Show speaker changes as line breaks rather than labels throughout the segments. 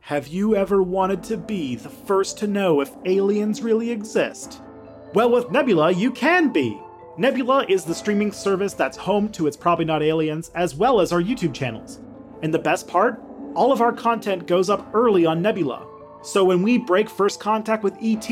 Have you ever wanted to be the first to know if aliens really exist? Well, with Nebula, you can be! Nebula is the streaming service that's home to It's Probably Not Aliens, as well as our YouTube channels. And the best part? All of our content goes up early on Nebula. So when we break first contact with ET,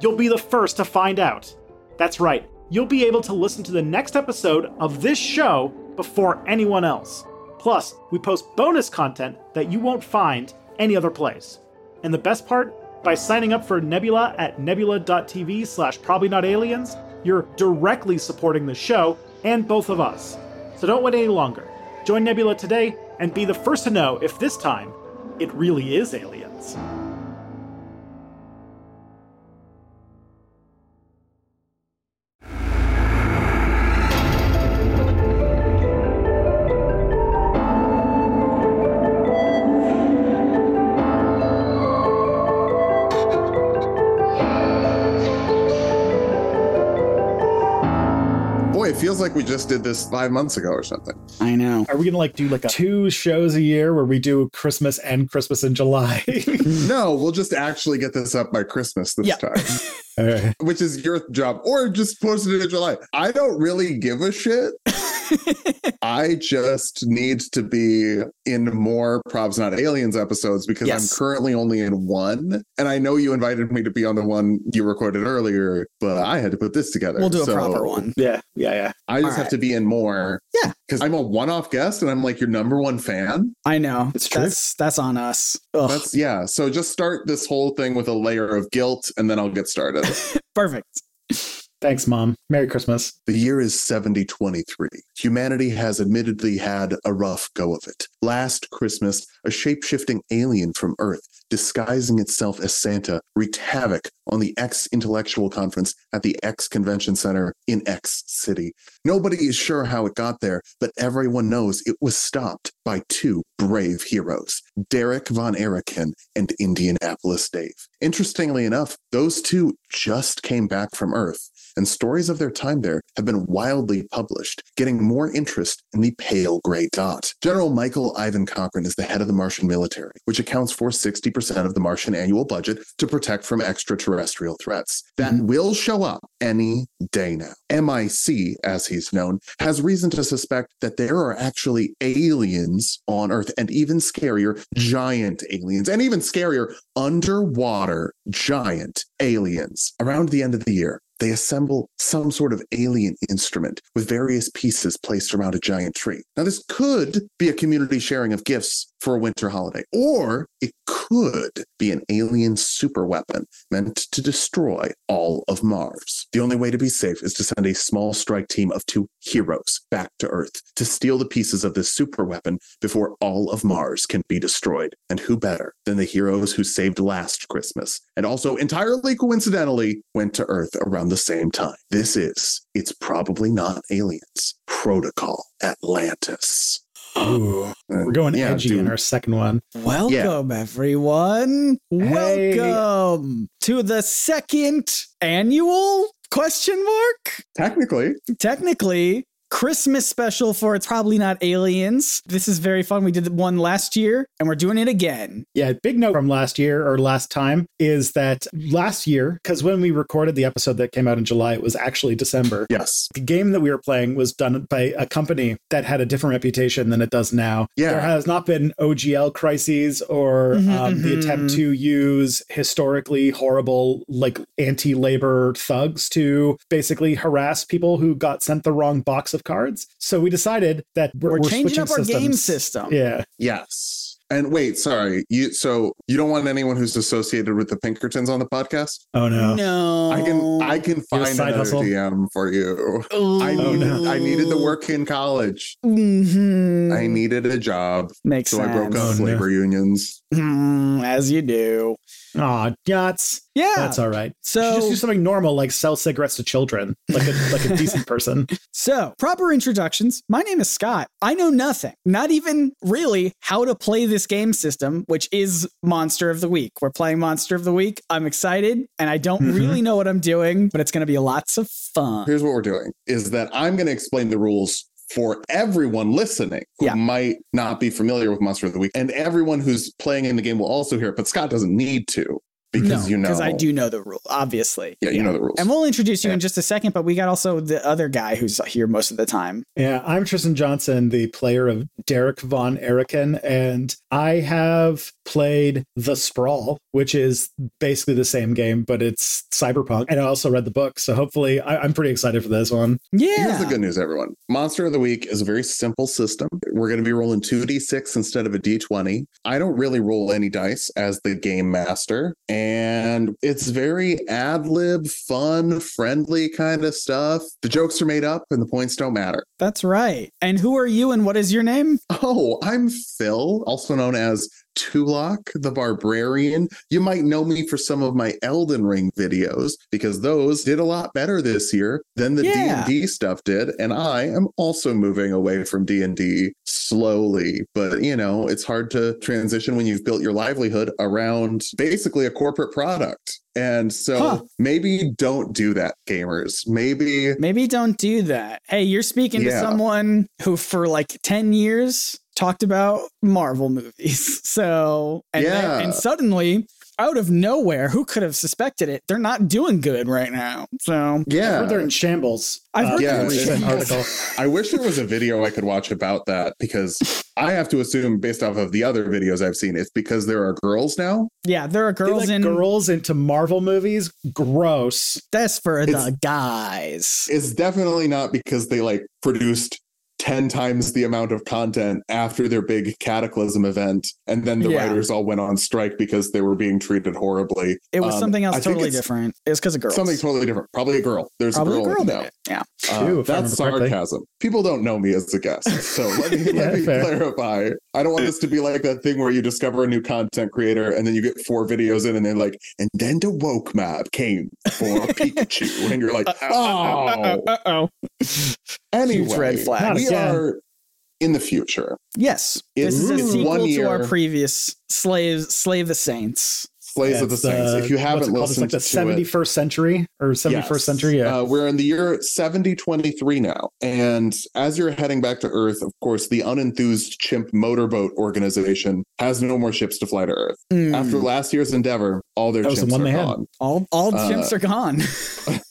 you'll be the first to find out. That's right, you'll be able to listen to the next episode of this show before anyone else. Plus, we post bonus content that you won't find any other place. And the best part, by signing up for Nebula at nebula.tv slash probably not aliens, you're directly supporting the show and both of us. So don't wait any longer. Join Nebula today and be the first to know if this time it really is aliens.
Boy, it feels like we just did this five months ago or something.
I know.
Are we gonna like do like a two shows a year where we do Christmas and Christmas in July?
Hmm.
No, we'll just actually get this up by Christmas this
Yeah.
time,
All right.
which is your job, or just post it in July. I don't really give a shit. I just need to be in more Probs Not Aliens episodes because
Yes.
I'm currently only in one. And I know you invited me to be on the one you recorded earlier, but I had to put this together.
We'll do a
So
proper one.
Yeah, yeah, yeah.
I just
All
have
right.
to be in more.
Yeah.
Because I'm a one off guest and I'm like your number one fan.
I know.
It's true.
That's that's on us. Ugh.
That's yeah. So just start this whole thing with a layer of guilt and then I'll get started.
perfect.
Thanks, Mom. Merry Christmas.
The year is 7023. Humanity has admittedly had a rough go of it. Last Christmas, a shapeshifting alien from Earth, disguising itself as Santa, wreaked havoc on the X intellectual conference at the X Convention Center in X City. Nobody is sure how it got there, but everyone knows it was stopped by two brave heroes, Derek von Erichen and Indianapolis Dave. Interestingly enough, those two just came back from Earth and stories of their time there have been wildly published, getting more interest in the pale gray dot. General Michael Ivan Cochran is the head of the Martian military, which accounts for 60% of the Martian annual budget to protect from extraterrestrial threats. That will show up any day now. MIC, as he's known, has reason to suspect that there are actually aliens on Earth, and even scarier, giant aliens, and even scarier, underwater giant aliens. Around the end of the year, they assemble some sort of alien instrument with various pieces placed around a giant tree. Now, this could be a community sharing of gifts for a winter holiday, or it could be an alien super weapon meant to destroy all of Mars. The only way to be safe is to send a small strike team of two heroes back to Earth to steal the pieces of this super weapon before all of Mars can be destroyed. And who better than the heroes who saved last Christmas and also entirely coincidentally went to Earth around the same time? This is It's Probably Not Aliens Protocol Atlantis. Uh,
Ooh. We're going
Yeah,
edgy in
dude.
our second one.
Welcome, everyone.
Hey.
Welcome to the second annual question mark.
Technically,
Technically, Christmas special for It's Probably Not Aliens. This is very fun. We did one last year and we're doing it again.
Yeah, big note from last year or last time is that last year, because when we recorded the episode that came out in July, it was actually December.
yes.
The game that we were playing was done by a company that had a different reputation than it does now.
Yeah.
There has not been OGL crises or
Mhm,
um, the
mhm.
attempt to use historically horrible, like anti labor thugs to basically harass people who got sent the wrong box of cards. So we decided that we're,
We're,
we're
changing
switching
up our game
systems.
system.
Yeah.
Yes. And wait, sorry. You so you don't want anyone who's associated with the Pinkertons on the podcast?
Oh, no.
No.
I can
Oh.
I can
a
find
side
another
hustle?
DM for you. I
Oh,
needed
no.
I needed to work in college.
Mhm.
I needed a job.
Mm-hmm. Makes
So
sense.
I broke up
Oh, no.
labor unions.
Mm, as you do.
Aw, yachts.
Mm-hmm. Yeah.
That's all right. You should
so
just do something normal, like sell cigarettes to children, like a like a decent person.
So, proper introductions. My name is Scott. I know nothing, not even really how to play this game system, which is Monster of the Week. We're playing Monster of the Week. I'm excited and I don't
Mhm.
really know what I'm doing, but it's going to be lots of fun.
Here's what we're doing is that I'm gonna explain the rules for everyone listening who
Yeah.
might not be familiar with Monster of the Week. And everyone who's playing in the game will also hear it, but Scott doesn't need to because you know.
because I do know the rule, obviously.
Yeah, you know the rules.
And we'll introduce you
Yeah.
in just a second, but we got also the other guy who's here most of the time.
Yeah, I'm Tristan Johnson, the player of Derek von Eriken, and I have played The Sprawl, which is basically the same game, but it's cyberpunk. And I also read the book, so hopefully I- I'm pretty excited for this one.
Yeah.
Here's the good news, everyone. Monster of the Week is a very simple system. We're going to be rolling 2d6 instead of a d20. I don't really roll any dice as the game master, and it's very ad lib, fun, friendly kind of stuff. The jokes are made up and the points don't matter.
That's right. And who are you and what is your name?
Oh, I'm Phil, also known as Tulok the Barbarian. You might know me for some of my Elden Ring videos because those did a lot better this year than the
Yeah.
D&D stuff did, and I am also moving away from D&D slowly, but you know, it's hard to transition when you've built your livelihood around basically a corporate product. And so
Huh.
maybe don't do that gamers. Maybe
Maybe don't do that. Hey, you're speaking to
Yeah.
someone who for like 10 years talked about Marvel movies. So, and, then-
Yeah.
and suddenly out of nowhere, who could have suspected it? They're not doing good right now. So,
yeah.
I heard they're in shambles.
I've heard
they're in
from a recent
shambles.
article.
I wish there was a video I could watch about that because I have to assume, based off of the other videos I've seen, it's because there are girls now.
yeah, there are
They
girls
let
in
girls into Marvel movies. Gross.
that's for
It's-
the guys.
It's definitely not because they like produced 10 times the amount of content after their big cataclysm event. And then the
Yeah.
writers all went on strike because they were being treated horribly.
It was
Um,
something else
I think
totally
it's
different. It was because of girls.
Something totally different. Probably a girl. There's
Probably
a girl,
did
now.
it. Yeah.
Uh,
Two, if I
that's
remember correctly.
sarcasm. People don't know me as a guest, so let me,
Yeah,
let me
fair.
clarify. I don't want this to be like that thing where you discover a new content creator and then you get four videos in and they're like, and then the woke mob came for Pikachu, and you're like,
Uh,
oh.
Uh-oh.
Anyway,
Huge red flag.
we
Again.
are in the future.
Yes.
It's,
This is a
it's
sequel
one
to our
year.
previous slaves, Slay the Saints.
Slays of Oh, the
That's,
Saints.
uh,
if you
what's it
haven't
called? It's
listened
like the
to it,
71st century or 71st
Yes.
century. Yeah.
Uh, we're in the year 7023 now. And as you're heading back to Earth, of course, the unenthused chimp motorboat organization has no more ships to fly to Earth.
Mm.
After last year's endeavor, all their
Hmm. That was the
chimps
one
are
they had.
gone.
all all
uh,
chimps are gone.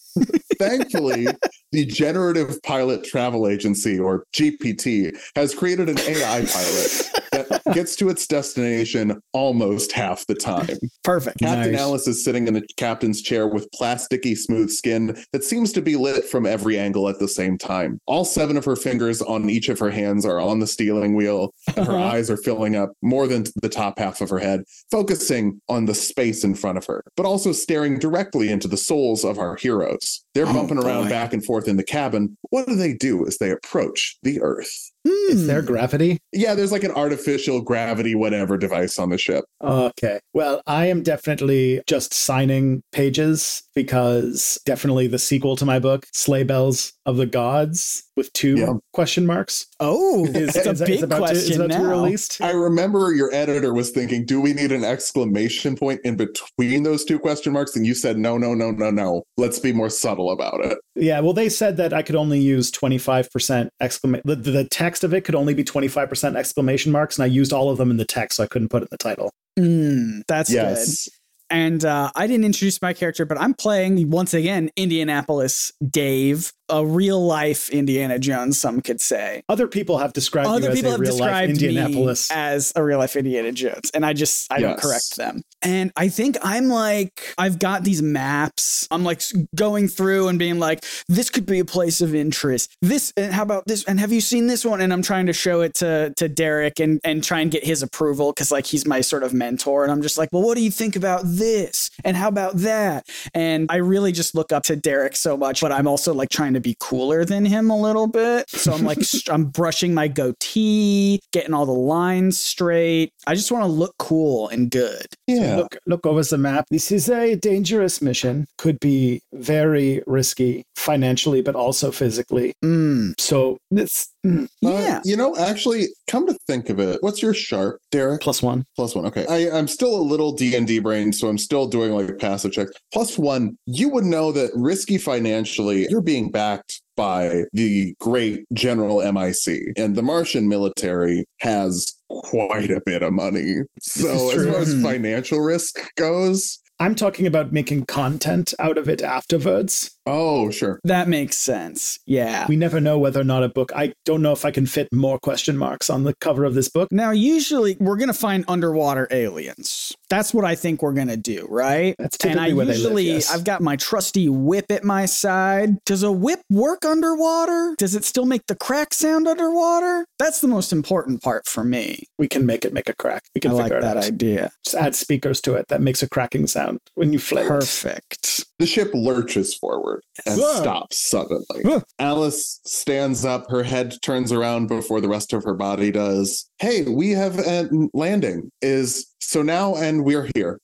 Thankfully, the Generative Pilot Travel Agency, or GPT, has created an AI pilot that gets to its destination almost half the time.
Perfect.
Captain
Nice.
Alice is sitting in the captain's chair with plasticky smooth skin that seems to be lit from every angle at the same time. All seven of her fingers on each of her hands are on the steering wheel, and her
Uh-huh.
eyes are filling up more than the top half of her head, focusing on the space in front of her, but also staring directly into the souls of our heroes. They're
Oh,
bumping around
boy.
back and forth in the cabin. What do they do as they approach the Earth?
Is
Mm.
there gravity?
Yeah, there's like an artificial gravity, whatever device on the ship.
Uh,
Okay. Well, I am definitely just signing pages because definitely the sequel to my book, Sleigh Bells of the Gods, with two
Yeah.
question marks,
Oh,
is,
it's a
is,
big
is about, to, is
question
about to be
now.
released.
I remember your editor was thinking, do we need an exclamation point in between those two question marks? And you said, no, no, no, no, no. Let's be more subtle about it.
Yeah. Well, they said that I could only use 25% exclamation. The, the text of it could only be 25% exclamation marks. And I used all of them in the text, so I couldn't put it in the title.
Mm, that's good.
yes.
And uh, I didn't introduce my character, but I'm playing once again Indianapolis Dave, a real life Indiana Jones, some could say.
Other people have described
Other
you as
people
a
have
real life
described
Indianapolis.
me as a real life Indiana Jones, and I just I don't
Yes.
correct them. And I think I'm like I've got these maps. I'm like s- going through and being like, this could be a place of interest. This and how about this? And have you seen this one? And I'm trying to show it to to Derek and and try and get his approval because like he's my sort of mentor. And I'm just like, well, what do you think about this? And how about that? And I really just look up to Derek so much, but I'm also like trying to be cooler than him a little bit. So I'm like, st- I'm brushing my goatee, getting all the lines straight. I just want to look cool and good.
Yeah.
Look, look over the map. This is a dangerous mission. Could be very risky financially, but also physically.
Mm.
So it's mm,
Uh,
Yeah.
you know, actually, come to think of it, what's your sharp, Derek?
plus one.
Plus one. Okay. I, I'm still a little D and D brain, so I'm still doing like passive checks. Plus one, you would know that risky financially, you're being backed by the great General MIC. And the Martian military has quite a bit of money. So,
is
as
true.
far as
Mhm.
financial risk goes,
I'm talking about making content out of it afterwards.
oh, sure.
That makes sense. Yeah.
We never know whether or not a book. I don't know if I can fit more question marks on the cover of this book.
Now, usually we're going to find underwater aliens. That's what I think we're going to do, right?
That's
And I
typically where they live,
usually
yes.
I've got my trusty whip at my side. Does a whip work underwater? Does it still make the crack sound underwater? That's the most important part for me.
We can make it make a crack. We can
I like
figure it
that
out.
idea.
Just add speakers to it. That makes a cracking sound when you flip.
Perfect.
The ship lurches forward and
Whoa.
stops suddenly.
Whoa.
Alice stands up, her head turns around before the rest of her body does. Hey, we have a landing. Is so now and we're here.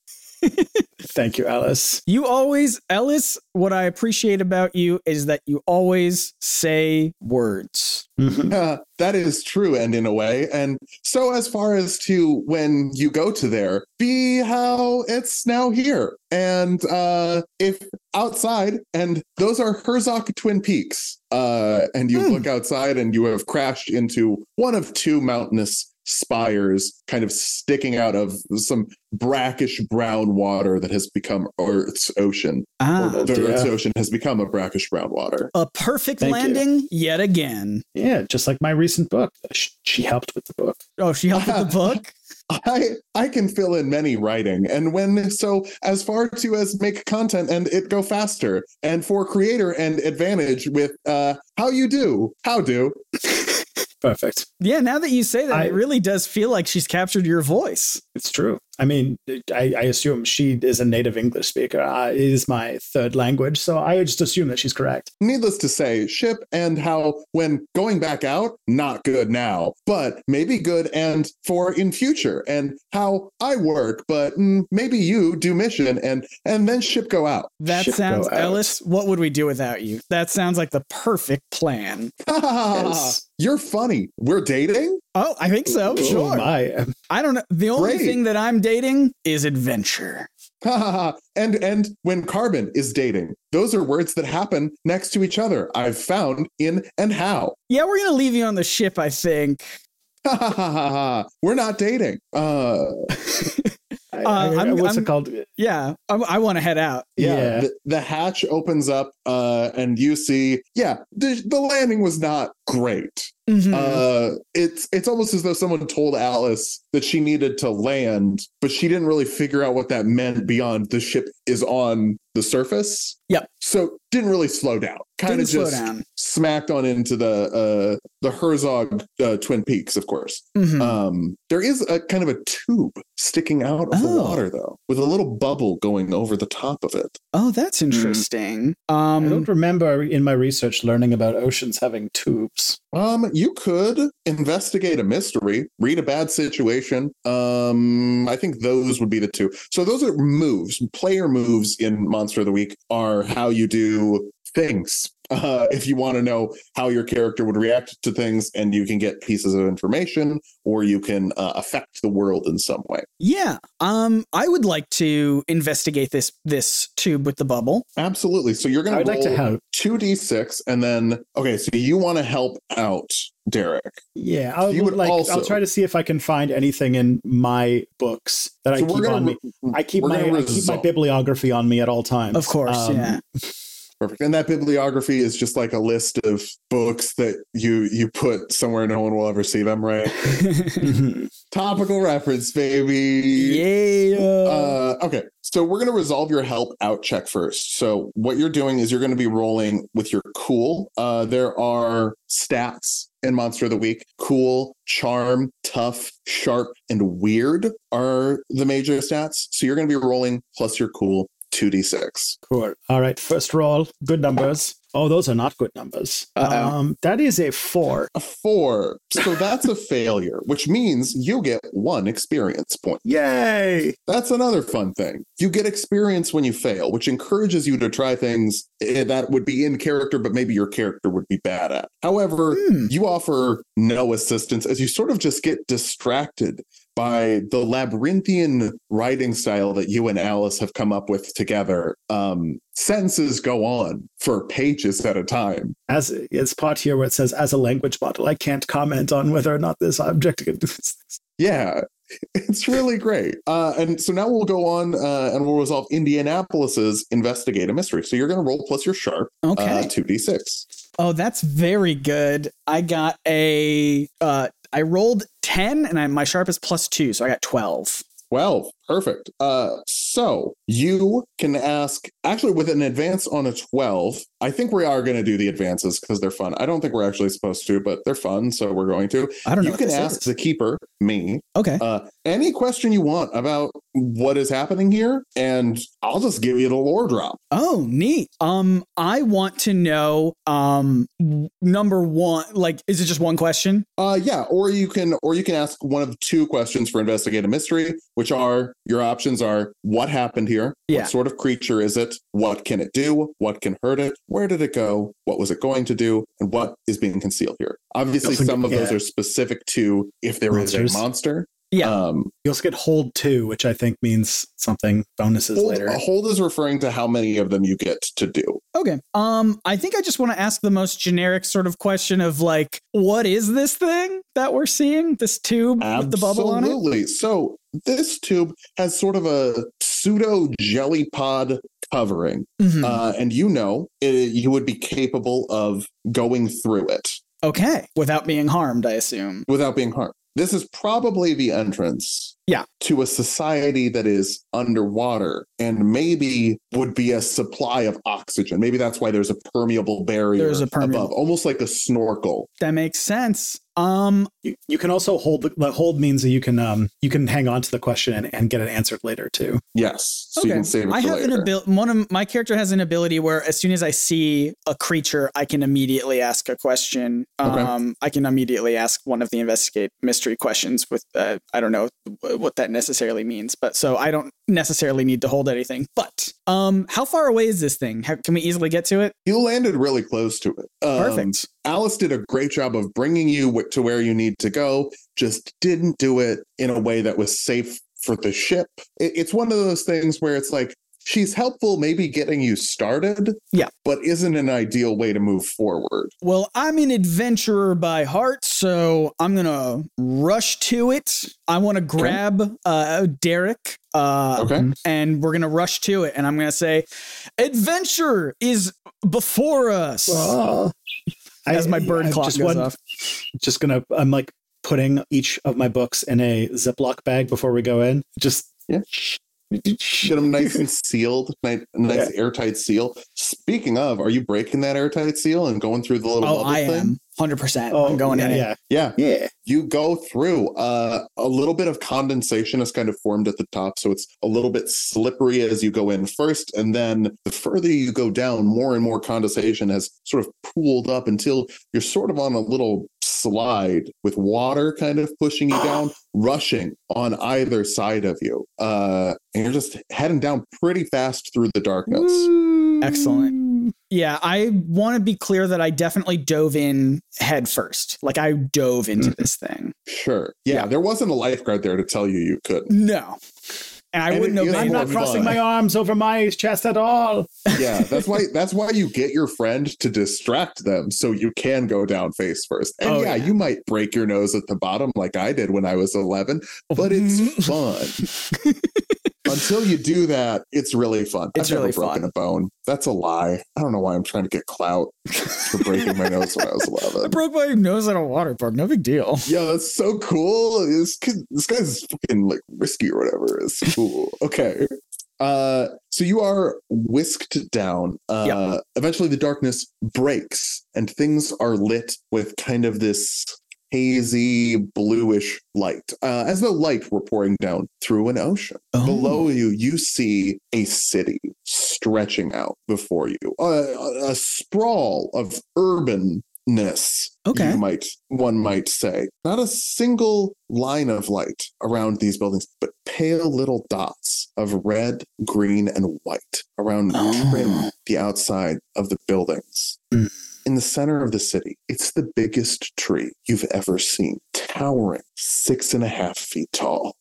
Thank you, Alice.
You always, Ellis, what I appreciate about you is that you always say words.
Mhm.
Uh, that is true, and in a way. And so, as far as to when you go to there, be how it's now here. And uh, if outside, and those are Herzog Twin Peaks, uh, and you
Hmm.
look outside and you have crashed into one of two mountainous spires kind of sticking out of some brackish brown water that has become Earth's ocean.
Ah,
the Earth's
dear.
ocean has become a brackish brown water.
a perfect
Thank you.
landing yet again.
Yeah, just like my recent book. Sh- She helped with the book.
Oh, she helped with the book?
I I can fill in many writing and when so as far to as make content and it go faster and for creator and advantage with uh how you do how do
Perfect.
Yeah, now that you say that,
I-
it really does feel like she's captured your voice.
It's true. I mean, I, I assume she is a native English speaker. I, it is my third language, so I just assume that she's correct.
needless to say ship and how when going back out not good now but maybe good and for in future and how I work but mm, maybe you do mission and and then ship go out
That
Ship
sounds,
go out.
Ellis, what would we do without you? That sounds like the perfect plan.
Ah,
Yes.
you're funny we're dating
Oh, I think so.
Oh,
sure.
my.
I don't know. The only
Great.
thing that I'm dating is adventure.
and and when carbon is dating those are words that happen next to each other i've found in and how
Yeah, we're going to leave you on the ship, I think.
we're not dating uh
I-
Uh,
I-
I'm-
what's
I'm-
it called?
Yeah, I, I want to head out.
yeah,
Yeah.
The, the hatch opens up uh and you see yeah the, the landing was not great
Mhm.
uh it's it's almost as though someone told alice that she needed to land but she didn't really figure out what that meant beyond the ship is on the surface
Yep.
so didn't really slow down kind
Didn't
of
slow
just
down.
smacked on into the uh the Herzog uh, Twin Peaks, of course.
Mhm.
uh,
Um there is a kind of a tube sticking out of the
Oh.
water though, with a little bubble going over the top of it.
oh, that's interesting.
mm. I
Um,
don't remember in my research learning about oceans having tubes.
Um you could investigate a mystery, read a bad situation. Um I think those would be the two. So those are moves. Player moves in Monster of the Week are how you do things. Uh, if you want to know how your character would react to things, and you can get pieces of information, or you can uh, affect the world in some way.
yeah, um, I would like to investigate this this tube with the bubble.
Absolutely. So you're
I
going
would
to
like to
roll
help.
two d6, and then okay. So you want to help out Derek.
Yeah, I
You
would
would
like.
also-
I'll try to see if I can find anything in my books that
so
I keep on me. I keep
we're
my
gonna
I keep my
resolve.
bibliography on me at all times.
Of course,
Um,
yeah.
Perfect. And that bibliography is just like a list of books that you you put somewhere no one will ever see them. Right.
mhm.
Topical reference, baby.
yeah.
Uh, okay, so we're going to resolve your help out check first. So what you're doing is you're going to be rolling with your cool. Uh, there are stats in Monster of the Week: cool, charm, tough, sharp, and weird are the major stats. So you're going to be rolling plus your cool two d six.
Cool. All right. First roll. Good numbers. Oh, those are not good numbers.
Uh-oh.
Um, that is a four.
A four. So that's a failure, which means you get one experience point.
Yay!
That's another fun thing. You get experience when you fail, which encourages you to try things eh, that would be in character, but maybe your character would be bad at. However,
Hmm.
you offer no assistance as you sort of just get distracted by the labyrinthian writing style that you and Alice have come up with together, um, sentences go on for pages at a time.
As it's part here where it says, as a language model, I can't comment on whether or not this object can do this.
Yeah, it's really great. Uh, and so now we'll go on uh, and we'll resolve Indianapolis's investigate a mystery. So you're going to roll plus your sharp,
Okay.
uh, 2d6.
Oh, that's very good. I got a uh I rolled 10 and I my sharp is plus 2, so I got 12.
12 perfect uh so you can ask actually with an advance on a 12 i think we are going to do the advances because they're fun i don't think we're actually supposed to but they're fun so we're going to
I don't know.
you
what
can
this
ask
is.
the keeper me
Okay.
uh any question you want about what is happening here and i'll just give you the lore drop
Oh, neat. Um, I want to know. Um, w- number one, like, is it just one question?
uh yeah or you can or you can ask one of two questions for investigate a mystery which are your options are what happened here
Yeah.
What sort of creature is it? What can it do? What can hurt it? Where did it go? What was it going to do? And what is being concealed here? Obviously,
Doesn't-
some of those
yeah.
are specific to if there is
Monsters.
a monster.
Yeah.
Um,
You also get hold two, which I think means something bonuses
hold,
later.
hold is referring to how many of them you get to do.
Okay. Um, I think I just want to ask the most generic sort of question of like, what is this thing that we're seeing? This tube with the bubble on it?
Absolutely. So this tube has sort of a pseudo jelly pod covering,
Mhm.
uh, and you know it, you would be capable of going through it.
okay, without being harmed, I assume.
without being harmed. This is probably the entrance
Yeah.
to a society that is underwater and maybe would be a supply of oxygen. Maybe that's why there's a permeable barrier
There's a permeable-
above, almost like a snorkel.
That makes sense. Um,
You, you can also hold the, the hold means that you can um you can hang on to the question and, and get it answered later too.
Yes. So
okay.
you can save it
I
for
have an
later.
ability. One of my character has an ability where, as soon as I see a creature, I can immediately ask a question.
Okay.
Um, I can immediately ask one of the investigate mystery questions. With uh, I don't know wh- what that necessarily means, but so I don't necessarily need to hold anything. But um, how far away is this thing? How, can we easily get to it?
you landed really close to it. Um,
Perfect.
Alice did a great job of bringing you wh- to where you need to go, just didn't do it in a way that was safe for the ship. It- it's one of those things where it's like, she's helpful, maybe getting you started.
Yeah.
But isn't an ideal way to move forward.
Well, I'm an adventurer by heart, so I'm gonna rush to it. I want to grab uh, Derek. Uh,
Okay.
and we're gonna rush to it and i'm gonna say adventure is before us Ah. as my bird
I- I
clock
just
goes
want-
off
Just gonna I'm like putting each of my books in a Ziploc bag before we go in. Just
Yeah. Get them nice and sealed, nice, nice airtight seal. Speaking of, are you breaking that airtight seal and going through the little
oh
bubble
i
thing? Oh,
am 100% i'm going
yeah,
in it
yeah.
Yeah.
Yeah.
you go through uh, a little bit of condensation has kind of formed at the top so it's a little bit slippery as you go in first and then the further you go down more and more condensation has sort of pooled up until you're sort of on a little slide with water kind of pushing you down rushing on either side of you uh, and you're just heading down pretty fast through the darkness
excellent yeah i want to be clear that i definitely dove in head first like i dove into
Mm.
this thing
sure yeah,
Yeah.
there wasn't a lifeguard there to tell you you couldn't
no and i
And
wouldn't
it is
obey
I'm
more
not
that.
fun.
crossing my arms over my chest at all.
yeah that's why that's why you get your friend to distract them so you can go down face first and
Oh,
yeah,
yeah.
you might break your nose at the bottom like i did when i was 11 but it's fun until you do that it's really fun
Mm-hmm. It's really
broken
fun.
a bone that's a lie i don't know why i'm trying to get clout for breaking my nose when i was
i
11
broke my nose at a water park no big deal
yeah, that's so cool. This kid, this guy's fucking like risky or whatever. It's cool. Okay. Uh, so you are whisked down. Uh,
Yeah.
Eventually, the darkness breaks and things are lit with kind of this hazy bluish light, uh, as though light were pouring down through an ocean.
Oh.
Below you, you see a city stretching out before you, uh, a, a sprawl of urbanness.
Okay.
you might one might say not a single line of light around these buildings, but pale little dots of red, green, and white around
Oh. Hmm.
trim the outside of the buildings. in the center of the city. It's the biggest tree you've ever seen, towering six and a half feet tall,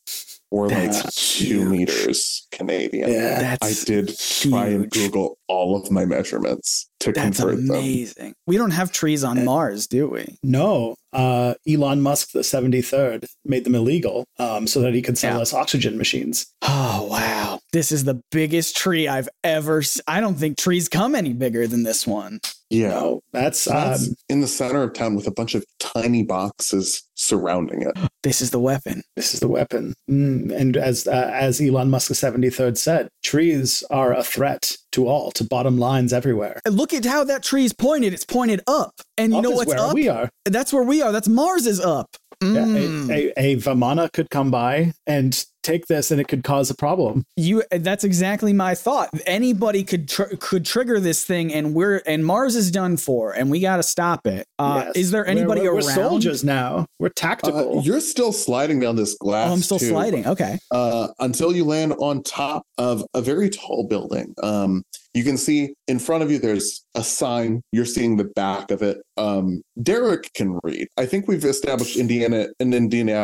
or like
That's
two
huge.
meters Canadian.
Yeah.
I
That's
did try and
huge.
Google all of my measurements to
That's
convert them.
amazing. We don't have trees on Mars, do we?
No, uh, Elon Musk, the 73rd, made them illegal um, so that he could sell
Yeah.
us oxygen machines.
Oh wow. This is the biggest tree I've ever s I don't think trees come any bigger than this one.
Yeah.
No, that's,
So that's
um,
in the center of town with a bunch of tiny boxes surrounding it. Uh,
This is the weapon.
this is the weapon. Mm, and as uh, as Elon Musk, the 73rd, said, trees are a threat to all, to bottom lines everywhere.
And look at how that tree's pointed. It's pointed up. And you
Up
know
is
what's
where
up?
We are.
That's where we are. That's Mars is up.
Yeah,
Mm.
a, a, a Vamana could come by and take this, and it could cause a problem.
you that's exactly my thought. Anybody could tr- could trigger this thing and we're and Mars is done for and we got to stop it. Uh,
Yes.
is there
We're-
anybody
we're, we're,
around?
soldiers now. We're
Uh,
tactical.
you're still sliding down this glass.
Oh, I'm still
too,
sliding. Okay.
Uh, until you land on top of a very tall building. Um, you can see in front of you there's a sign. You're seeing the back of it. Um, Derek can read. I think we've established Indiana and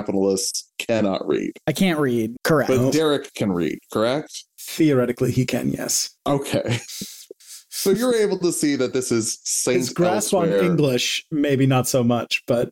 Indianapolis cannot read,
I can't read. Correct. Oh.
but Derek can read, correct?
Theoretically, he can. Yes,
Okay. so you're able to see that this is Saint
his grasp
Elsewhere.
on English maybe not so much, but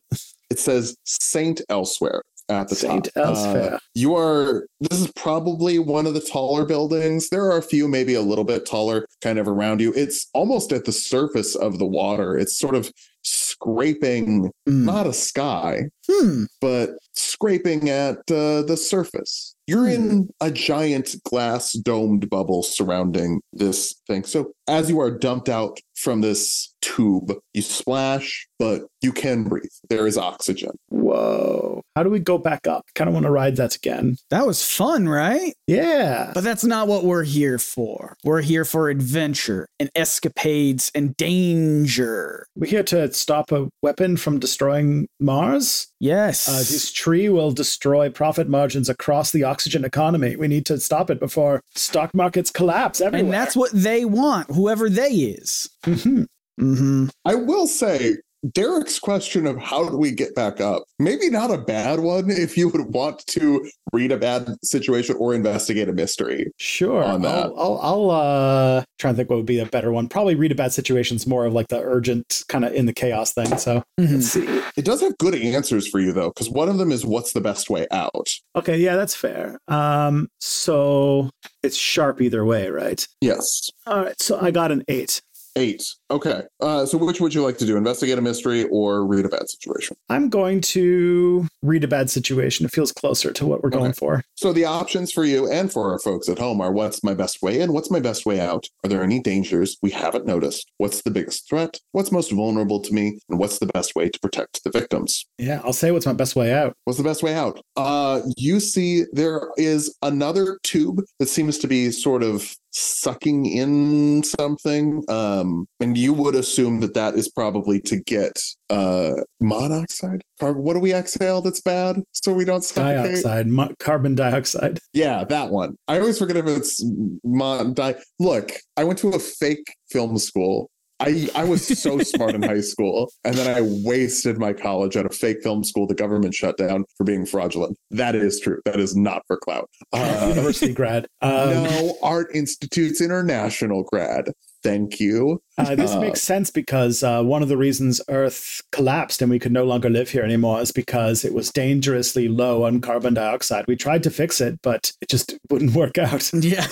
It says Saint Elsewhere at the
Saint
top. Uh,
Elsewhere.
you are this is probably one of the taller buildings there are a few maybe a little bit taller kind of around you it's almost at the surface of the water it's sort of scraping
Hmm.
Mm.
not a sky
Hmm.
but scraping at uh, the surface you're
Hmm.
in a giant glass domed bubble surrounding this thing so as you are dumped out from this tube you splash but you can breathe there is oxygen
whoa! How do we go back up? Kind of want to ride that again.
That was fun, right?
Yeah,
But that's not what we're here for. We're here for adventure and escapades and danger.
we're here to stop a weapon from destroying Mars.
Yes.
Uh, this tree will destroy profit margins across the oxygen economy. We need to stop it before stock markets collapse everywhere.
and that's what they want, whoever they is.
Mhm.
Mm-hmm.
I will say Derek's question of how do we get back up? Maybe not a bad one if you would want to read a bad situation or investigate a mystery.
Sure.
on that.
I'll, I'll, I'll uh, try and think what would be a better one. Probably read about situations more of like the urgent kind of in the chaos thing. So let's see.
It does have good answers for you though, because one of them is what's the best way out?
Okay. Yeah, that's fair. Um, so it's sharp either way, right?
Yes.
All right. So I got an eight.
Eight. Okay. Uh, so which would you like to do? Investigate a mystery or read a bad situation?
I'm going to read a bad situation. It feels closer to what we're going
Okay.
for.
So the options for you and for our folks at home are what's my best way in? What's my best way out? Are there any dangers we haven't noticed? What's the biggest threat? What's most vulnerable to me? And what's the best way to protect the victims?
Yeah. I'll say what's my best way out.
What's the best way out? Uh, you see, there is another tube that seems to be sort of sucking in something, um, and you would assume that that is probably to get uh, monoxide. Car- What do we exhale that's bad, so we don't suffocate?
Dioxide, mo- carbon dioxide.
Yeah, that one. I always forget if it's mon. Di- Look, I went to a fake film school. I, I was so smart in high school, and then I wasted my college at a fake film school the government shut down for being fraudulent. That is true. That is not for clout. Uh,
university grad. Um,
no, Art Institute's international grad. Thank you.
uh, this
Uh,
makes sense because uh, one of the reasons Earth collapsed and we could no longer live here anymore is because it was dangerously low on carbon dioxide. We tried to fix it, but it just wouldn't work out.
Yeah.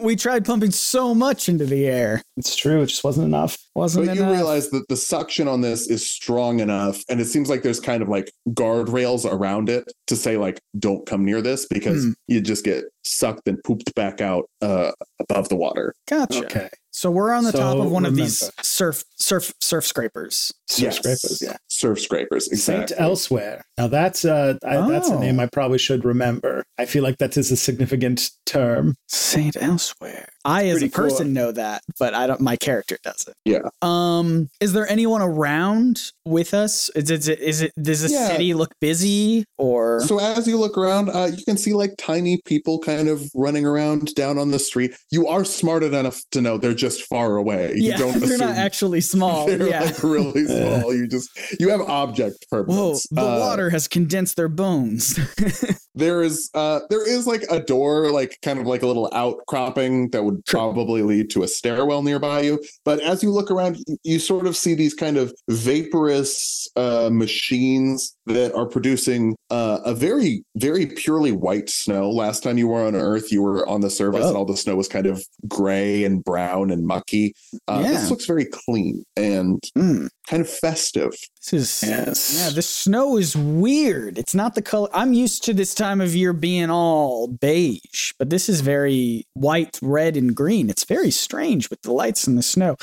we tried pumping so much into the air.
It's true. It just wasn't enough.
Wasn't
But
enough.
you realize that the suction on this is strong enough, and it seems like there's kind of like guardrails around it to say like, don't come near this because
Hmm.
you just get sucked and pooped back out uh, above the water.
gotcha.
Okay.
So we're on the top
So
of one of
remember.
these surf surf surf scrapers.
Surf scrapers. Yeah.
surf scrapers. Exactly.
Saint Elsewhere. Now that's uh, I, that's a
Oh.
name I probably should remember. I feel like that is a significant term.
Saint elsewhere. I as
Pretty
a person
cool.
know that, but I don't my character doesn't.
Yeah.
Um is there anyone around with us? Is it is it, is it does the
Yeah.
city look busy or
so as you look around, uh, you can see like tiny people kind kind of running around down on the street. You are smart enough to know they're just far away.
yeah,
you don't
they're
assume
not actually small.
they're
yeah.
like really
Yeah.
small. You just you have object
Whoa,
permanence.
the
Uh,
water has condensed their bones.
There is uh there is like a door, like kind of like a little outcropping that would probably lead to a stairwell nearby you. But as you look around, you- you sort of see these kind of vaporous uh machines that are producing uh a very, very purely white snow. Last time you were on Earth, you were on the surface and
Oh.
all the snow was kind of gray and brown and mucky. Uh,
Yeah.
this looks very clean and
Hmm.
kind of festive.
this is
Yes.
Yeah, the snow is weird. It's not the color. I'm used to this time of year being all beige, but this is very white, red, and green. It's very strange with the lights and the snow.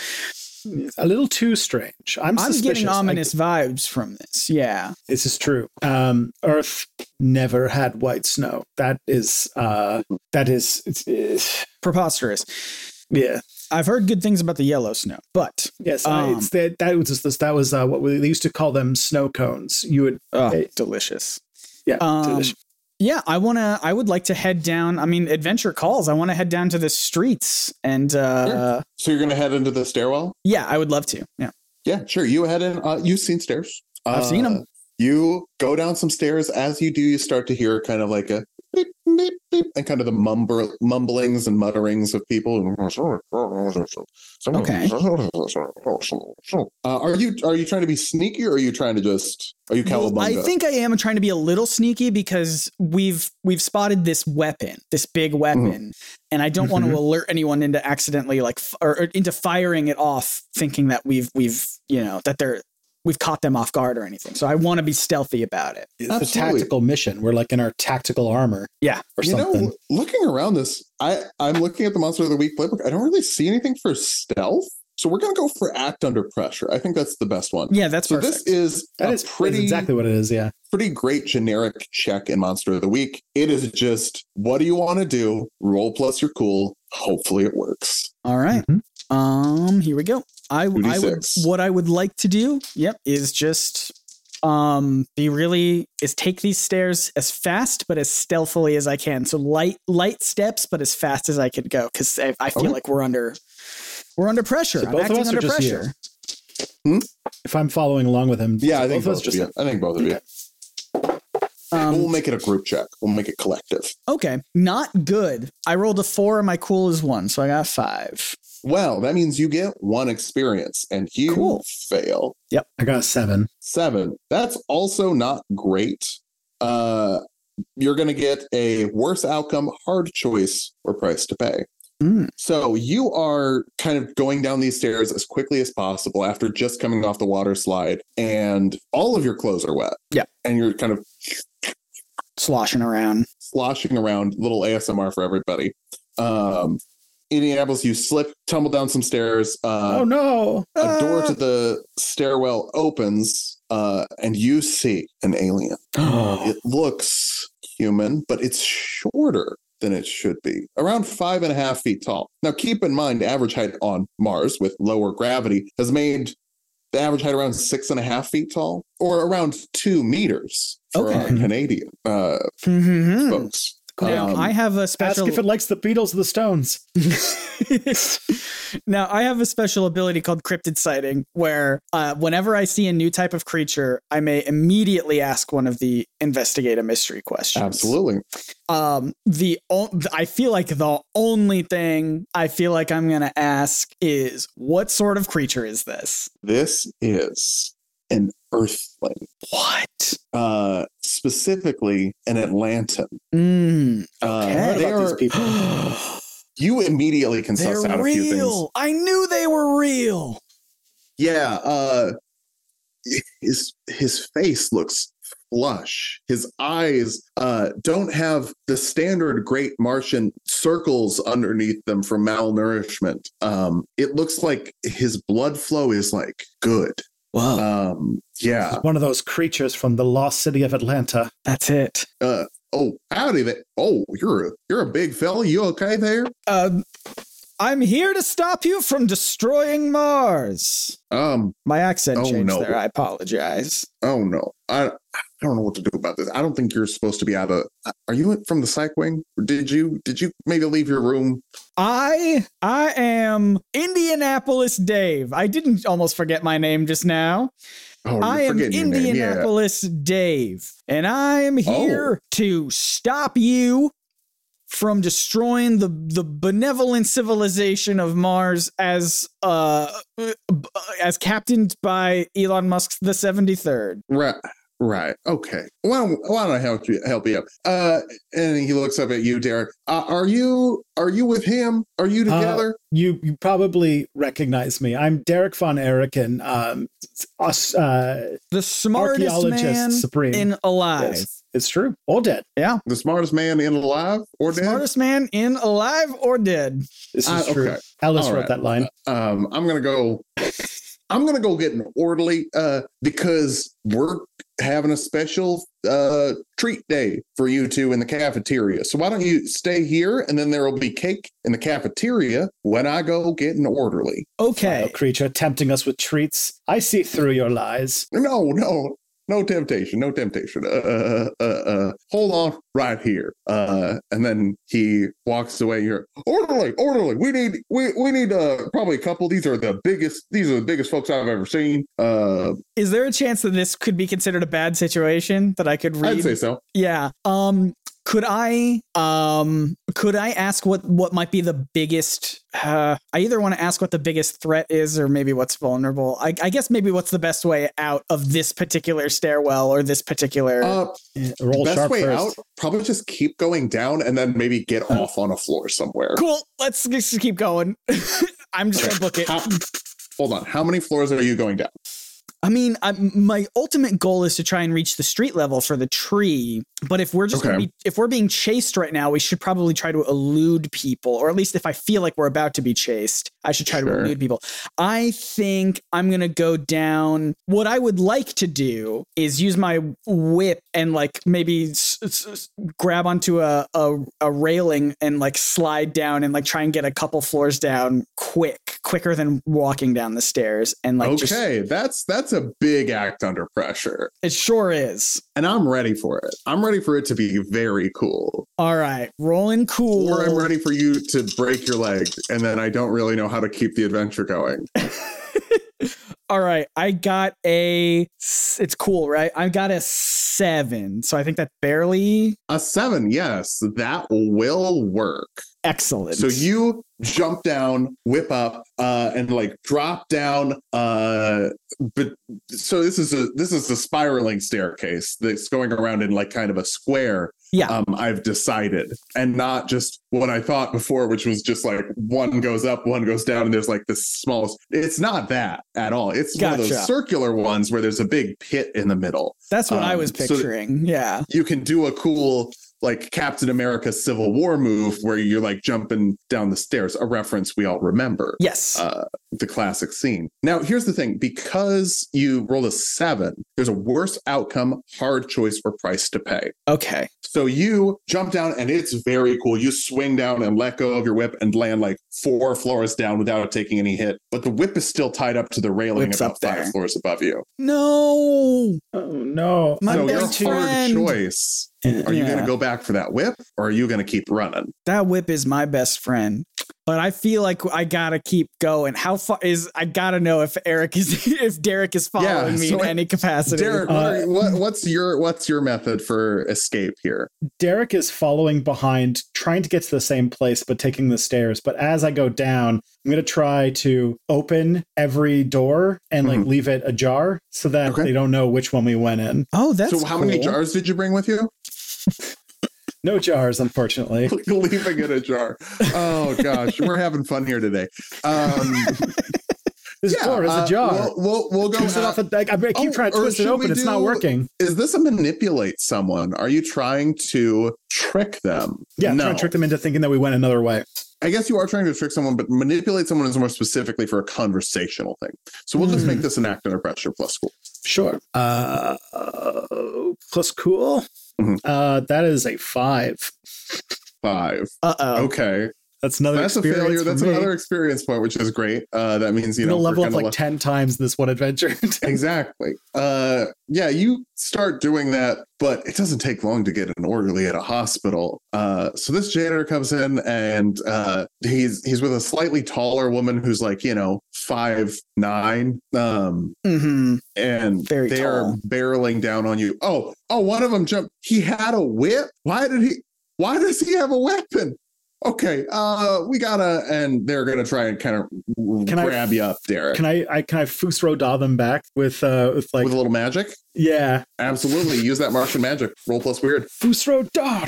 a little too strange. I'm,
I'm
suspicious.
getting
I-
ominous vibes from this. Yeah.
this is true. Um, Earth never had white snow. That is uh, that is it's, it's-
Preposterous.
yeah.
I've heard good things about the yellow snow, but
Yes, I,
Um,
it's that that was just this, that was uh, what we, they used to call them snow cones. You would
oh,
Hey.
delicious.
yeah.
Um,
delicious.
yeah, I wanna. I would like to head down. I mean, adventure calls. I want to head down to the streets, and uh,
So you're gonna head into the stairwell?
yeah, I would love to. Yeah,
Yeah, sure. You head in. Uh, you've seen stairs.
I've seen 'em.
Uh, You go down some stairs. As you do, you start to hear kind of like a beep, beep, beep, and kind of the mumber, mumblings and mutterings of people.
Okay.
Uh, are you are you trying to be sneaky or are you trying to just are you cowabunga?
Well, I think I am trying to be a little sneaky because we've we've spotted this weapon, this big
Mm-hmm.
weapon, and I don't want to
Mhm.
alert anyone into accidentally like f- or, or into firing it off, thinking that we've we've you know that they're we've caught them off guard or anything. So I want to be stealthy about it.
It's
absolutely.
a tactical mission. We're like in our tactical armor.
Yeah.
or
you
something.
know, looking around this, I I'm looking at the monster of the week playbook. I don't really see anything for stealth, so we're gonna go for act under pressure. I think that's the best one.
Yeah, that's
so
perfect.
this is
that
a
is
pretty
that's exactly what it is. Yeah,
pretty great generic check in Monster of the Week. It is just what do you want to do? Roll plus your cool. Hopefully it works.
All right.
Mhm.
Um, here we go. I, I would,
2d6.
what I would like to do, yep, is just um be really is take these stairs as fast but as stealthily as I can. So light light steps but as fast as I could go cuz I, I feel
Okay.
like we're under we're under pressure.
So
I'm
both of
acting
us or
under
just you?
pressure.
if I'm following along with him,
Yeah, I
both
think
of us
both, of
just
you. I think both of you.
Um,
we'll make it a group check. We'll make it collective.
okay, not good. I rolled a 4 and my cool is 1, so I got 5.
Well, that means you get one experience and you
Cool.
fail.
I got a seven.
Seven. That's also not great. Uh you're gonna get a worse outcome, hard choice, or price to pay.
Mm.
So you are kind of going down these stairs as quickly as possible after just coming off the water slide, and all of your clothes are wet.
Yeah.
And you're kind of
sloshing around.
sloshing around, little ASMR for everybody. Um, Indianapolis, you slip, tumble down some stairs. Uh,
oh no!
A door to the stairwell opens, uh, and you see an alien. It looks human, but it's shorter than it should be, around five and a half feet tall. Now, keep in mind, average height on Mars with lower gravity has made the average height around six and a half feet tall, or around two meters for our
Okay.
Canadian uh,
Mhm.
folks.
Now,
Um,
I have a
Ask
special
if it likes the Beatles or the Stones.
now I have a special ability called cryptid sighting, where uh, whenever I see a new type of creature, I may immediately ask one of the investigate a mystery questions.
Absolutely.
Um, the on- I feel like the only thing I feel like I'm gonna ask is what sort of creature is this?
This is an Earthling,
What?
uh, specifically an Atlantan.
Mm,
Uh,
Okay.
they
What about
are-
these people?
you immediately can
they're
suss out a few things.
real. I knew they were real.
Yeah, uh his his face looks flush. His eyes uh don't have the standard great Martian circles underneath them from malnourishment. Um it looks like his blood flow is like good.
Whoa,
Um yeah.
One of those creatures from the lost city of Atlanta.
that's it.
Uh oh, howdy there. Oh, you're a you're a big fella. You okay there?
Um, I'm here to stop you from destroying Mars.
Um
My accent
Oh,
changed
no.
there. I apologize.
oh no. I I don't know what to do about this. I don't think you're supposed to be out of. uh, Are you from the psych wing? Or did you did you maybe leave your room?
I I am Indianapolis Dave. I didn't almost forget my name just now.
Oh,
I am
your name. Yeah. Oh.
Indianapolis Dave, and I am here to stop you from destroying the the benevolent civilization of Mars as uh as captained by Elon Musk's the 73rd.
Right. Right. Okay. Why don't, why don't I help you help you up? Uh, and he looks up at you, Derek. Uh, are you are you with him? Are you
Uh,
together?
You you probably recognize me. I'm Derek von Eriken, um, us- uh,
The smartest man
archaeologist supreme.
in alive.
Yes. it's true. All dead.
the smartest man in alive or dead?
Smartest man in alive or dead.
This is
Ah,
true.
okay.
Alice
All
wrote
right.
that line.
um i'm gonna go i'm gonna go get an orderly uh because we're having a special uh treat day for you two in the cafeteria so why don't you stay here and then there'll be cake in the cafeteria when i go get an orderly
Vile
Okay.
creature tempting us with treats. I see through your lies.
no no no temptation no temptation uh uh uh hold on right here uh and then he walks away here orderly orderly we need we we need uh probably a couple these are the biggest these are the biggest folks i've ever seen uh
Is there a chance that this could be considered a bad situation that I could
i'd
read?
say so
Yeah. Um could I um could I ask what what might be the biggest uh I either want to ask what the biggest threat is or maybe what's vulnerable. I, I guess maybe what's the best way out of this particular stairwell or this particular
Uh,
Eh, Roll
best
sharp
way
first.
out, probably just keep going down and then maybe get off on a floor somewhere.
Cool, let's just keep going. I'm just gonna book it.
How- hold on. How many floors are you going down?
I mean, I, my ultimate goal is to try and reach the street level for the tree. But if we're just gonna
Okay.
be, if we're being chased right now, we should probably try to elude people, or at least if I feel like we're about to be chased, I should try to
Sure.
elude people. I think I'm gonna go down. What I would like to do is use my whip and like maybe s- s- s- grab onto a, a a railing and like slide down and like try and get a couple floors down quick, quicker than walking down the stairs and like just
okay, that's that's a big act under pressure.
It sure is.
And I'm ready for it. I'm ready for it to be very cool.
All right, rolling cool.
Or I'm ready for you to break your leg and then I don't really know how to keep the adventure going.
All right, I got a. s- It's cool, right? I got a seven, so I think that barely
A 7, yes, that will work.
excellent.
So you jump down, whip up, uh, and like drop down. Uh, but so this is a this is the spiraling staircase that's going around in like kind of a square.
Yeah.
Um, I've decided, and not just what I thought before, which was just like one goes up, one goes down, and there's like the smallest. It's not that at all. It's one of
Gotcha.
those circular ones where there's a big pit in the middle.
that's what I
um,
was
so-
picturing. yeah.
You can do a cool like Captain America Civil War move where you're like jumping down the stairs, a reference we all remember
Yes.
uh, the classic scene. Now, here's the thing because you rolled a seven, there's a worse outcome, hard choice, or price to pay.
okay.
So you jump down, and it's very cool. You swing down and let go of your whip and land like four floors down without taking any hit. But the whip is still tied up to the railing
Whip's
about
up there.
five floors above you.
No.
Oh no.
My
so your
best
hard
friend.
choice. Are you going
Yeah.
to go back for that whip, or are you going to keep running?
That whip is my best friend. But I feel like I gotta keep going. How far is I gotta know if Eric is if Derek is following
Yeah,
me
so
in
I-
any capacity?
Derek, what are- what, what's your what's your method for escape here?
Derek is following behind, trying to get to the same place, but taking the stairs. But as I go down, I'm going to try to open every door and like
Mhm.
leave it ajar so that
Okay.
they don't know which one we went in.
oh, that's
so, how many
cool.
jars did you bring with you?
No jars, unfortunately.
leaving it ajar. Oh gosh, we're having fun here today. Um,
This
yeah,
door is
uh,
ajar.
We'll, we'll, we'll go.
Twist it
uh,
off the- I, I keep
oh,
trying to
or
twist it
should
open.
we
It's not
do-
working.
is this a manipulate someone? Are you trying to trick them?
Yeah,
no.
trying to trick them into thinking that we went another way.
I guess you are trying to trick someone, but manipulate someone is more specifically for a conversational thing. So we'll just
Hmm.
make this an act under pressure plus cool.
Sure. Uh, plus cool.
Mhm.
Uh, that is a five.
Five.
Uh oh.
Okay.
That's another.
That's a
experience
failure.
for
That's
me.
another experience point, which is great. Uh, that means you know we're
gonna level up
kinda
like
left-
ten times in this one adventure.
exactly. Uh, yeah, you start doing that, but it doesn't take long to get an orderly at a hospital. Uh, so this janitor comes in, and uh, he's he's with a slightly taller woman who's like you know five nine, um,
Mm-hmm.
and
Very
they are
tall.
barreling down on you. Oh, oh, one of them jumped. He had a whip. Why did he? Why does he have a weapon? Okay, uh, we gotta, and they're gonna try and kind of
Can I-
grab you up, Derek,
can I? I can I Fusro Da them back with uh with like
with a little magic.
yeah
Absolutely. Use that Martian magic. Roll plus weird.
Fusro Da.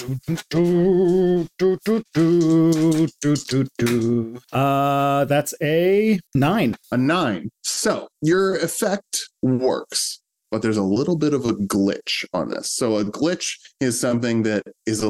do, do, do, do, do, do, do. Uh, that's a nine.
A nine. So your effect works, but there's a little bit of a glitch on this. So a glitch is something that is a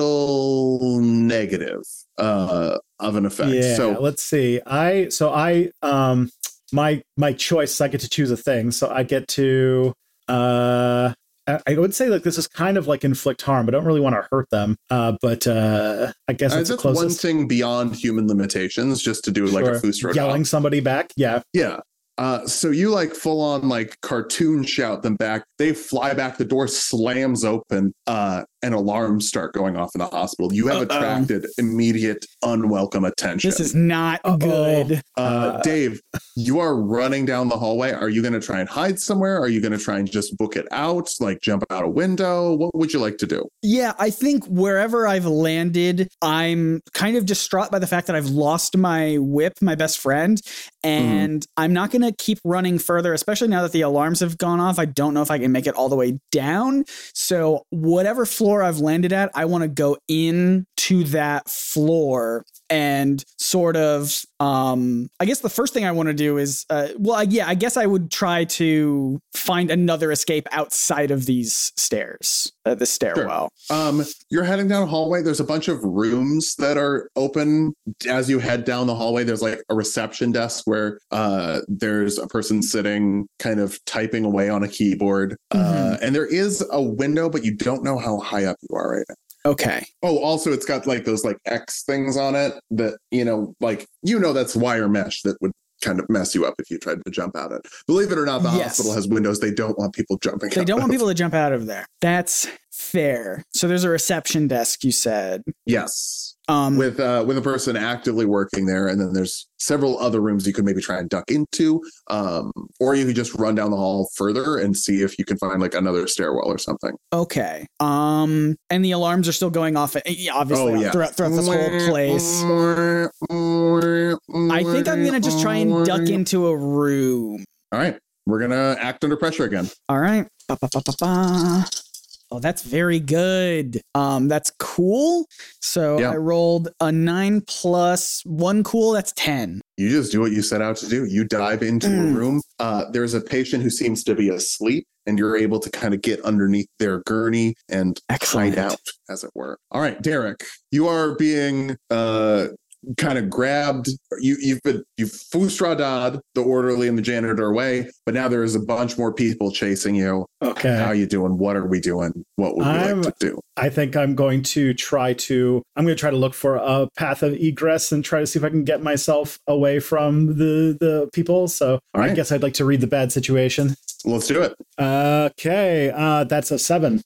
little negative uh, of an effect.
Yeah.
So
let's see. I so I um my my choice. I get to choose a thing. So I get to uh. I I would say like this is kind of like inflict harm. I don't really want to hurt them, uh, but uh, I guess
uh,
it's
that's
the
one
closest.
thing beyond human limitations, just to do like a
Sure.
foos roll.
Yelling somebody back, yeah.
Yeah. Uh, so you like full on like cartoon shout them back. They fly back. The door slams open. Uh, and alarms start going off in the hospital. You have
Uh-oh.
attracted immediate unwelcome attention.
This is not
Uh-oh.
good.
uh, Dave. You are running down the hallway. Are you going to try and hide somewhere? Are you going to try and just book it out, like jump out a window? What would you like to do?
Yeah, I think wherever I've landed, I'm kind of distraught by the fact that I've lost my whip, my best friend, and I'm not going to keep running further, especially now that the alarms have gone off. I don't know if I can make it all the way down. So, whatever floor I've landed at, I want to go in to that floor and sort of um i guess the first thing i want to do is uh well I- yeah i guess i would try to find another escape outside of these stairs uh, the stairwell
Um, you're heading down a hallway. There's a bunch of rooms that are open as you head down the hallway. There's like a reception desk where uh, there's a person sitting, kind of typing away on a keyboard. Uh,
Mm-hmm.
and there is a window, but you don't know how high up you are right now.
okay
Oh, also, it's got like those like X things on it that you know, like you know, that's wire mesh that would kind of mess you up if you tried to jump out it. Believe it or not, the
Yes.
hospital has windows. They don't want people jumping.
They
out
don't
of.
want people to jump out of there. That's fair. So there's a reception desk, you said.
Yes.
Um,
with uh, with a person actively working there, and then there's several other rooms you could maybe try and duck into, um, or you could just run down the hall further and see if you can find like another stairwell or something.
okay. Um, and the alarms are still going off, eh, yeah, obviously,
Oh, yeah.
throughout, throughout this whole place. I
I
think I'm going to just try and duck into a room.
All right, we're gonna act under pressure again.
All right. Ba, ba, ba, ba, ba. Oh, that's very good. Um, that's cool. So
Yeah.
I rolled a nine plus one cool. That's 10.
You just do what you set out to do. You dive into a
Mm.
room. Uh, there's a patient who seems to be asleep, and you're able to kind of get underneath their gurney and
Excellent.
Find out, as it were. All right, Derek, you are being uh kind of grabbed. You you've been you've fustradad the orderly and the janitor away, but now there is a bunch more people chasing you.
Okay.
How you doing? What are we doing? What would we
I'm-
like to do?
I think I'm going to try to I'm going to try to look for a path of egress and try to see if I can get myself away from the the people. So
All right.
I guess I'd like to read the bad situation.
Let's do it.
Okay, uh, that's a seven.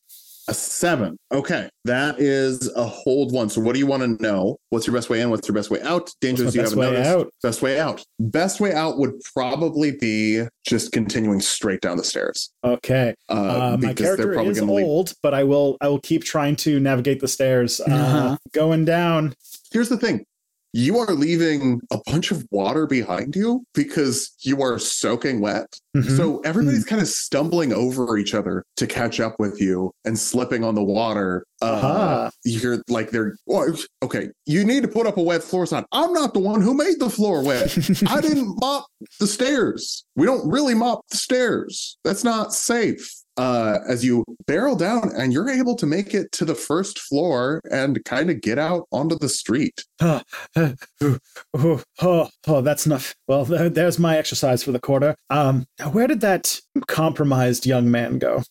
A seven. Okay. That is a hold one. So what do you want to know? What's your best way in? What's your best way out? Dangers
What's
you
my best
haven't
way
noticed.
out?
Best way out. Best way out would probably be just continuing straight down the stairs.
Okay,
Uh,
uh, my
because they're
character
probably
is
going to lead
old, but I will I will keep trying to navigate the stairs. Uh,
Uh-huh.
Going down.
here's the thing you are leaving a bunch of water behind you because you are soaking wet
Mhm.
so everybody's kind of stumbling over each other to catch up with you and slipping on the water uh,
Ah,
you're like they're well, okay you need to put up a wet floor sign i'm not the one who made the floor wet i didn't mop the stairs we don't really mop the stairs that's not safe uh, as you barrel down and you're able to make it to the first floor and kind of get out onto the street
oh, oh, oh, that's enough. Well, there, there's my exercise for the quarter. Um, now where did that compromised young man go?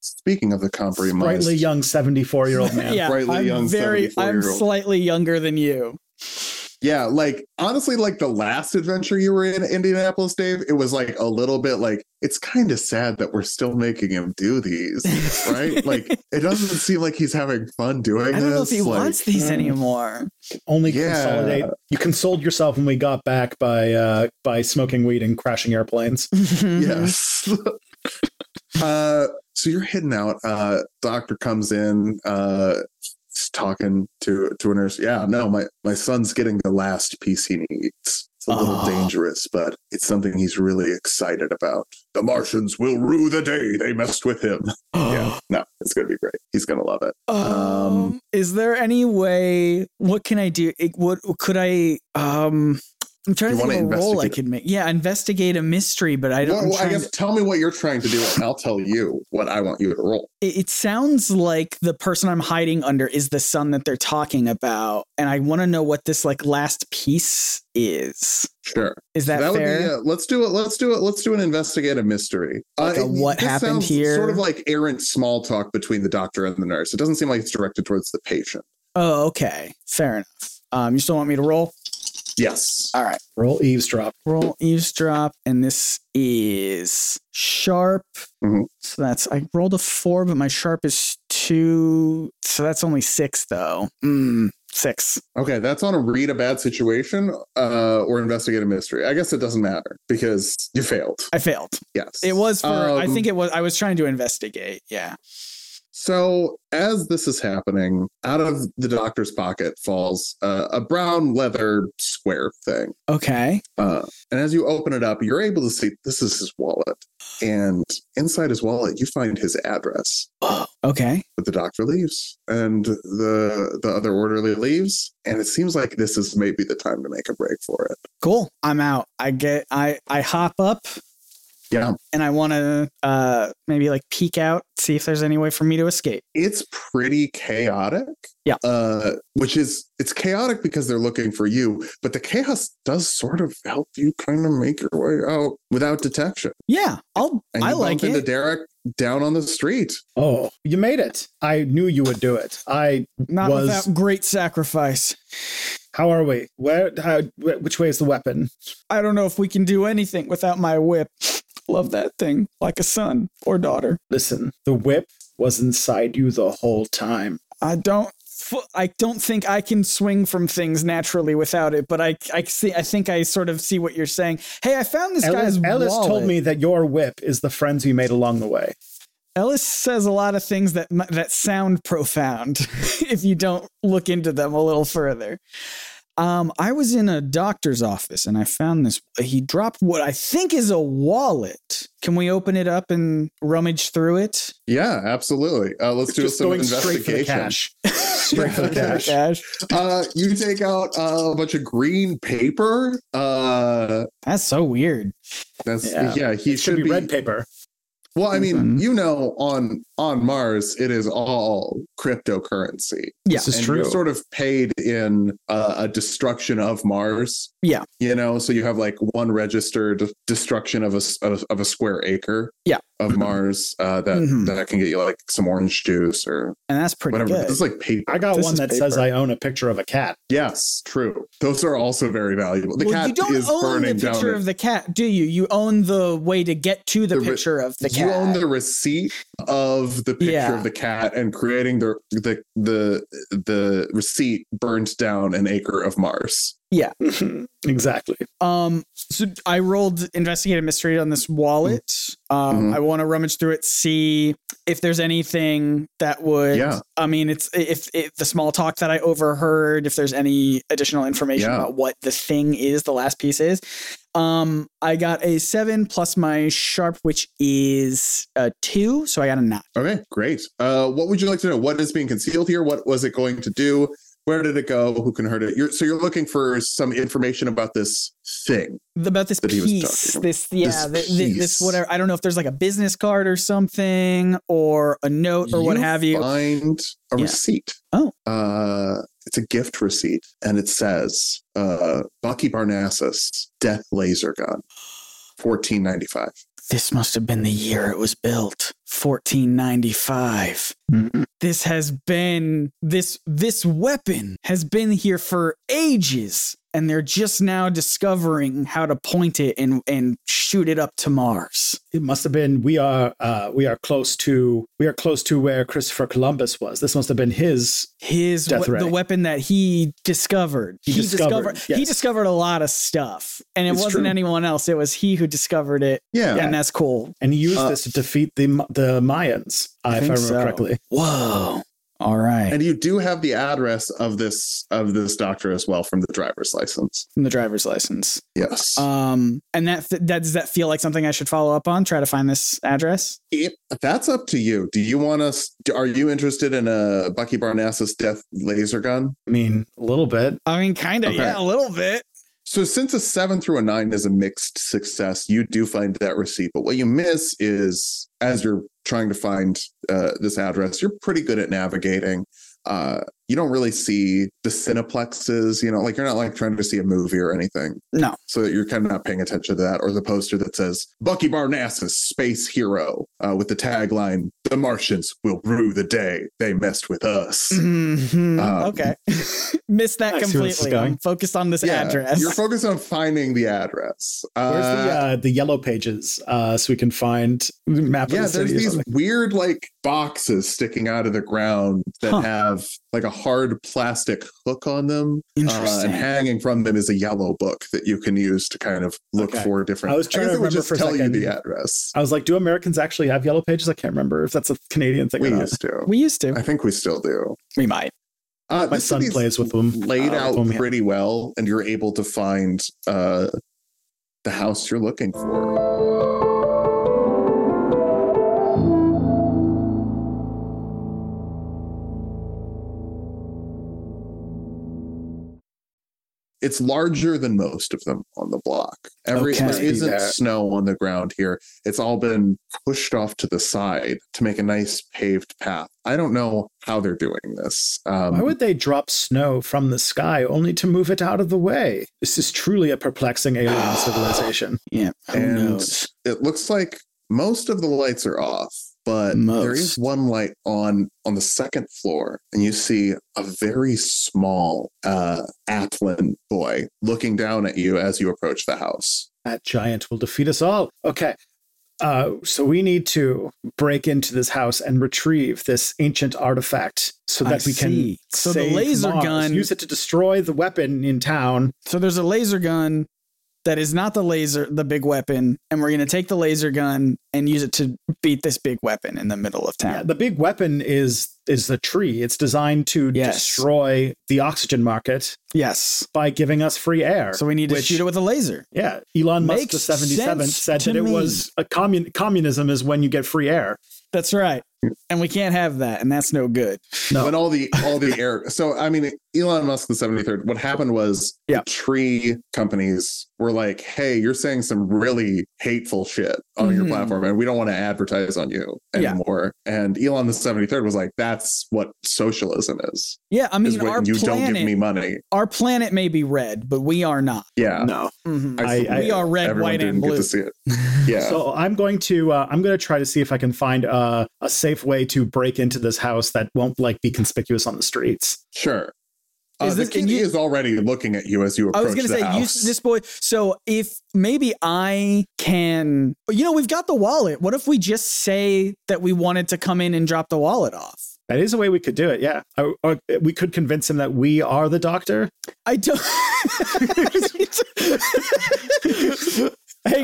Speaking of the compromise,
sprightly young 74 year old man
yeah,
brightly
I'm
young
very, I'm
74-year-old.
slightly younger than you.
Yeah, like honestly, like the last adventure you were in Indianapolis, Dave, it was like a little bit like it's kind of sad that we're still making him do these, right? like it doesn't seem like he's having fun doing this.
I don't know if he
like, hmm.
wants these anymore.
Only
Yeah.
consolidate. You consoled yourself when we got back by uh, by smoking weed and crashing airplanes.
Yes.
Mm-hmm.
uh, so you're hidden out. Uh, doctor comes in, uh, he's talking to to a nurse. Yeah, no, my my son's getting the last piece he needs. It's a little
Ah.
dangerous, but it's something he's really excited about. The Martians will rue the day they messed with him. yeah, no, it's gonna be great. He's gonna love it.
Um,
Um,
is there any way? What can I do? It- What could I? Um, I'm trying
You
to think
wanna
of a role I
investigate it.
could make. Yeah, investigate a mystery, but I don't.
Well,
I'm
I
trying
guess
to-
tell me what you're trying to do, and I'll tell you what I want you to roll.
it, it sounds like the person I'm hiding under is the son that they're talking about, and I want to know what this like last piece is.
Sure.
Is that,
that
fair?
would be uh, it. Let's do it. Let's do it. Let's do an investigative mystery. Uh,
Like a what
this
happened
sounds
here?
Sort of like errant small talk between the doctor and the nurse. It doesn't seem like it's directed towards the patient.
Oh, okay. Fair enough. Um, you still want me to roll?
Yes.
All right.
Roll eavesdrop.
Roll eavesdrop, and this is sharp.
Mhm.
So that's I rolled a four, but my sharp is two. So that's only six though. Mm, six.
Okay, that's on a read a bad situation uh, or investigate a mystery. I guess it doesn't matter because you failed.
I failed.
Yes.
It was for I
Um,
think it was I was trying to investigate. Yeah.
So, as this is happening, out of the doctor's pocket falls uh, a brown leather square thing.
Okay.
Uh, and as you open it up, you're able to see this is his wallet. And inside his wallet, you find his address.
Okay.
But the doctor leaves, and the the other orderly leaves, and it seems like this is maybe the time to make a break for it.
Cool. I'm out. I get I I hop up
Yeah,
and I want to uh maybe like peek out, see if there's any way for me to escape.
it's pretty chaotic.
Yeah.
uh, which is it's chaotic because they're looking for you, but the chaos does sort of help you kind of make your way out without detection.
Yeah. I'll
And you
I like
bump into
it.
Derek down on the street.
Oh, you made it! I knew you would do it. I.
Not
was-
without great sacrifice.
How are we? Where? How? wh- Which way is the weapon?
I don't know if we can do anything without my whip. Love that thing like a son or daughter.
Listen, the whip was inside you the whole time.
I don't f- I don't think I can swing from things naturally without it, but I I see I think I sort of see what you're saying. Hey, I found this
Ellis,
guy's
Ellis
wallet.
told me that your whip is the friends you made along the way.
Ellis says a lot of things that m- that sound profound if you don't look into them a little further. Um, I was in a doctor's office and I found this. He dropped what I think is a wallet. Can we open it up and rummage through it?
Yeah, absolutely. Uh, let's do
Just
some
going straight for the
investigation.
cash. Straight for the cash.
Cash.
Uh, you take out uh, a bunch of green paper. Uh,
That's so weird.
that's
Yeah.
yeah. he
It should be, red paper.
Well, I mean,
Mhm.
you know, on on Mars, it is all cryptocurrency.
Yeah.
This is
and
true.
You're sort of paid in uh, a destruction of Mars.
Yeah.
You know, so you have like one registered destruction of a s- of, a- of a square acre.
Yeah.
Of Mars, uh, that
Mhm.
that can get you like some orange juice or
And that's pretty
whatever.
good.
It's like paper.
I got
This
one
is
that says
paper.
I own a picture of a cat.
Yes, true. Those are also very valuable. The
well,
cat
you don't
is
own the
burning down.
picture
in-
of the cat, do you? You own the way to get to the,
The re-
picture of the cat.
you own the receipt of the picture
Yeah.
of the cat and creating the the the the receipt burned down an acre of Mars.
exactly.
Um, so I rolled investigate a mystery on this wallet. Um,
Mhm.
I want to rummage through it, see if there's anything that would.
Yeah.
I mean, it's if, if the small talk that I overheard, if there's any additional information
Yeah.
about what the thing is, the last piece is. Um, I got a seven plus my sharp, which is a two, so I got a nine.
Okay, great. Uh, what would you like to know? What is being concealed here? What was it going to do? Where did it go? Who can hurt it? You're, so you're looking for some information about this thing.
about this
That he was
piece
talking about.
this yeah
This
this, this,
piece.
whatever i don't know if there's like a business card or something or a note or what have you
Find a
Yeah.
receipt.
Oh.
Uh, it's a gift receipt, and it says uh, Bucky Barnassus, Death Laser Gun, fourteen ninety five.
this must have been the year it was built 1495.
Mm-hmm.
This has been this this weapon has been here for ages and they're just now discovering how to point it and and shoot it up to Mars.
It must have been we are uh, we are close to we are close to where Christopher Columbus was. This must have been his
His
Death
we-
Ray.
the weapon that he discovered.
He discovered,
he
yes.
discovered a lot of stuff and it
It's
wasn't
true.
anyone else. It was he who discovered it
Yeah.
and that's cool.
and he used
Uh,
this to defeat the Ma- the Mayans, uh, if I
think
remember
so.
correctly.
Whoa. All right.
And you do have the address of this of this doctor as well from the driver's license.
From the driver's license.
Yes.
Um, and that, that does that feel like something I should follow up on? Try to find this address.
It- that's up to you. Do you want us are you interested in a Bucky Barnassus death laser gun?
I mean, a little bit.
I mean, kind of,
Okay.
yeah, a little bit.
So since a 7 through a 9 is a mixed success, you do find that receipt, but what you miss is as you're trying to find uh, this address, you're pretty good at navigating. Uh, you don't really see the cineplexes, you know, like you're not like trying to see a movie or anything.
No.
so that you're kind of not paying attention to that or the poster that says bucky barnassus space hero uh, with the tagline the martians will rue the day they messed with us
Mhm.
Um,
okay, missed that
I see where this is
completely.
going.
I'm focused on this
Yeah,
address.
you're uh, focused on finding the address
Where's the
Uh,
uh, the yellow pages uh, so we can find the map?
yeah
of the
there's
city or
these
something?
weird like boxes sticking out of the ground that
Huh.
have like a hard plastic hook on them uh,
Interesting.
and hanging from them is a yellow book that you can use to kind of look
Okay.
for different
I was trying
guess
to
it would
remember
just
for a
tell
second.
you the address
I was like, do Americans actually have yellow pages? I can't remember if that's a Canadian thing.
we
or not.
used to
we used to.
i think we still do
we might.
Uh,
My
this
son
city's
plays with them.
laid
uh,
out
when we-
pretty well, and you're able to find uh, the house you're looking for. It's larger than most of them on the block. Every
Okay.
there isn't
Yeah.
snow on the ground here. It's all been pushed off to the side to make a nice paved path. I don't know how they're doing this. Um,
Why would they drop snow from the sky only to move it out of the way? This is truly a perplexing alien civilization.
Yeah. Who
And-
knows?
it looks like most of the lights are off but there is
Most.
one light on on the second floor and you see a very small uh atlin boy looking down at you as you approach the house
That giant will defeat us all. Okay. Uh, so we need to break into this house and retrieve this ancient artifact so
I
that we
see.
can
So the
save
laser
Mars,
gun-
use it to destroy the weapon in town.
So there's a laser gun that is not the laser, the big weapon, and we're gonna take the laser gun and use it to beat this big weapon in the middle of
Yeah,
town.
the big weapon is is the tree. It's designed to
Yes.
destroy the oxygen market
yes.
by giving us free air.
So we need to
Which-
shoot it with a laser.
Yeah, Elon Musk the
Makes
77th
sense
said
to
that it
me.
was a commun- communism is when you get free air.
That's right. And we can't have that, and that's no good.
No.
when all the all the air so i mean elon musk the 73rd what happened was
Yeah.
the tree companies were like hey you're saying some really hateful shit on your
Mhm.
platform and we don't want to advertise on you
Yeah.
anymore and elon the 73rd was like that's what socialism is
Yeah, I
is
mean,
when
our
you
planet,
don't give me money.
our planet may be red, but we are not.
Yeah.
No.
Mhm.
Mm-hmm.
I- I-
we are red,
everyone
white,
didn't
and
get
blue.
to see it. Yeah.
So I'm going to uh, I'm going to try to see if I can find uh, a safe way to break into this house that won't like be conspicuous on the streets.
sure. Uh,
Is
the
this-
king
and you-
is already looking at you as you
I
approach
was gonna
the
say, you,
house.
this boy. So if maybe I can, you know, we've got the wallet. What if we just say that we wanted to come in and drop the wallet off?
That is a way we could do it. Yeah, or, or we could convince him that we are the doctor.
I don't. hey,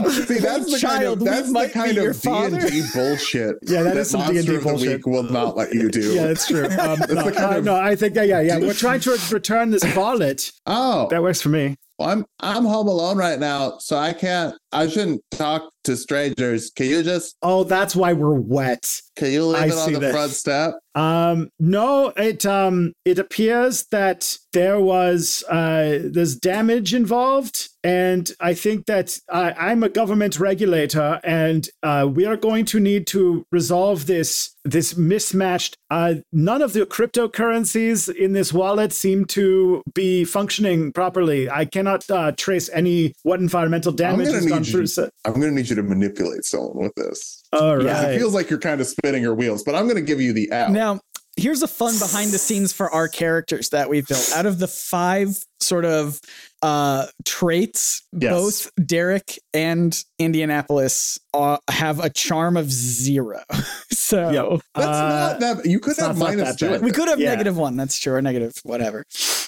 See, that's the
child,
kind of, that's
we
the
might
kind
be your
of D and
father.
D bullshit.
Yeah, that is some
Monster
D&D
of the
bullshit.
Week will not let you do.
Yeah, that's true. Um, no,
the kind
uh,
of-
no, I think yeah, yeah, yeah. We're trying to return this wallet.
Oh,
That works for me.
well, I'm I'm home alone right now, so I can't. I shouldn't talk to strangers. Can you just?
Oh, that's why we're wet.
Can you leave
I
it on
see
the
that.
front step?
Um, no, it um, it appears that there was uh, there's damage involved, and I think that uh, I'm a government regulator, and uh, we are going to need to resolve this this mismatched. Uh, none of the cryptocurrencies in this wallet seem to be functioning properly. I cannot uh, trace any what environmental
I'm
damage
gonna
has
need
gone gone
need you
through.
to-
se-
I'm going to need you to manipulate someone with this.
All
Yeah.
It
right.
feels like you're kind of spinning your wheels, but I'm going to give you the out.
Now, here's a fun behind the scenes for our characters that we've built. Out of the five sort of uh, traits,
Yes.
both Derek and Indianapolis uh, have a charm of zero. so
Yeah.
That's
Uh,
not that. You could
it's
have
not- it's not
minus
that
two.
bad.
in
we
there.
could have
Yeah.
negative one. That's true. Or negative, whatever.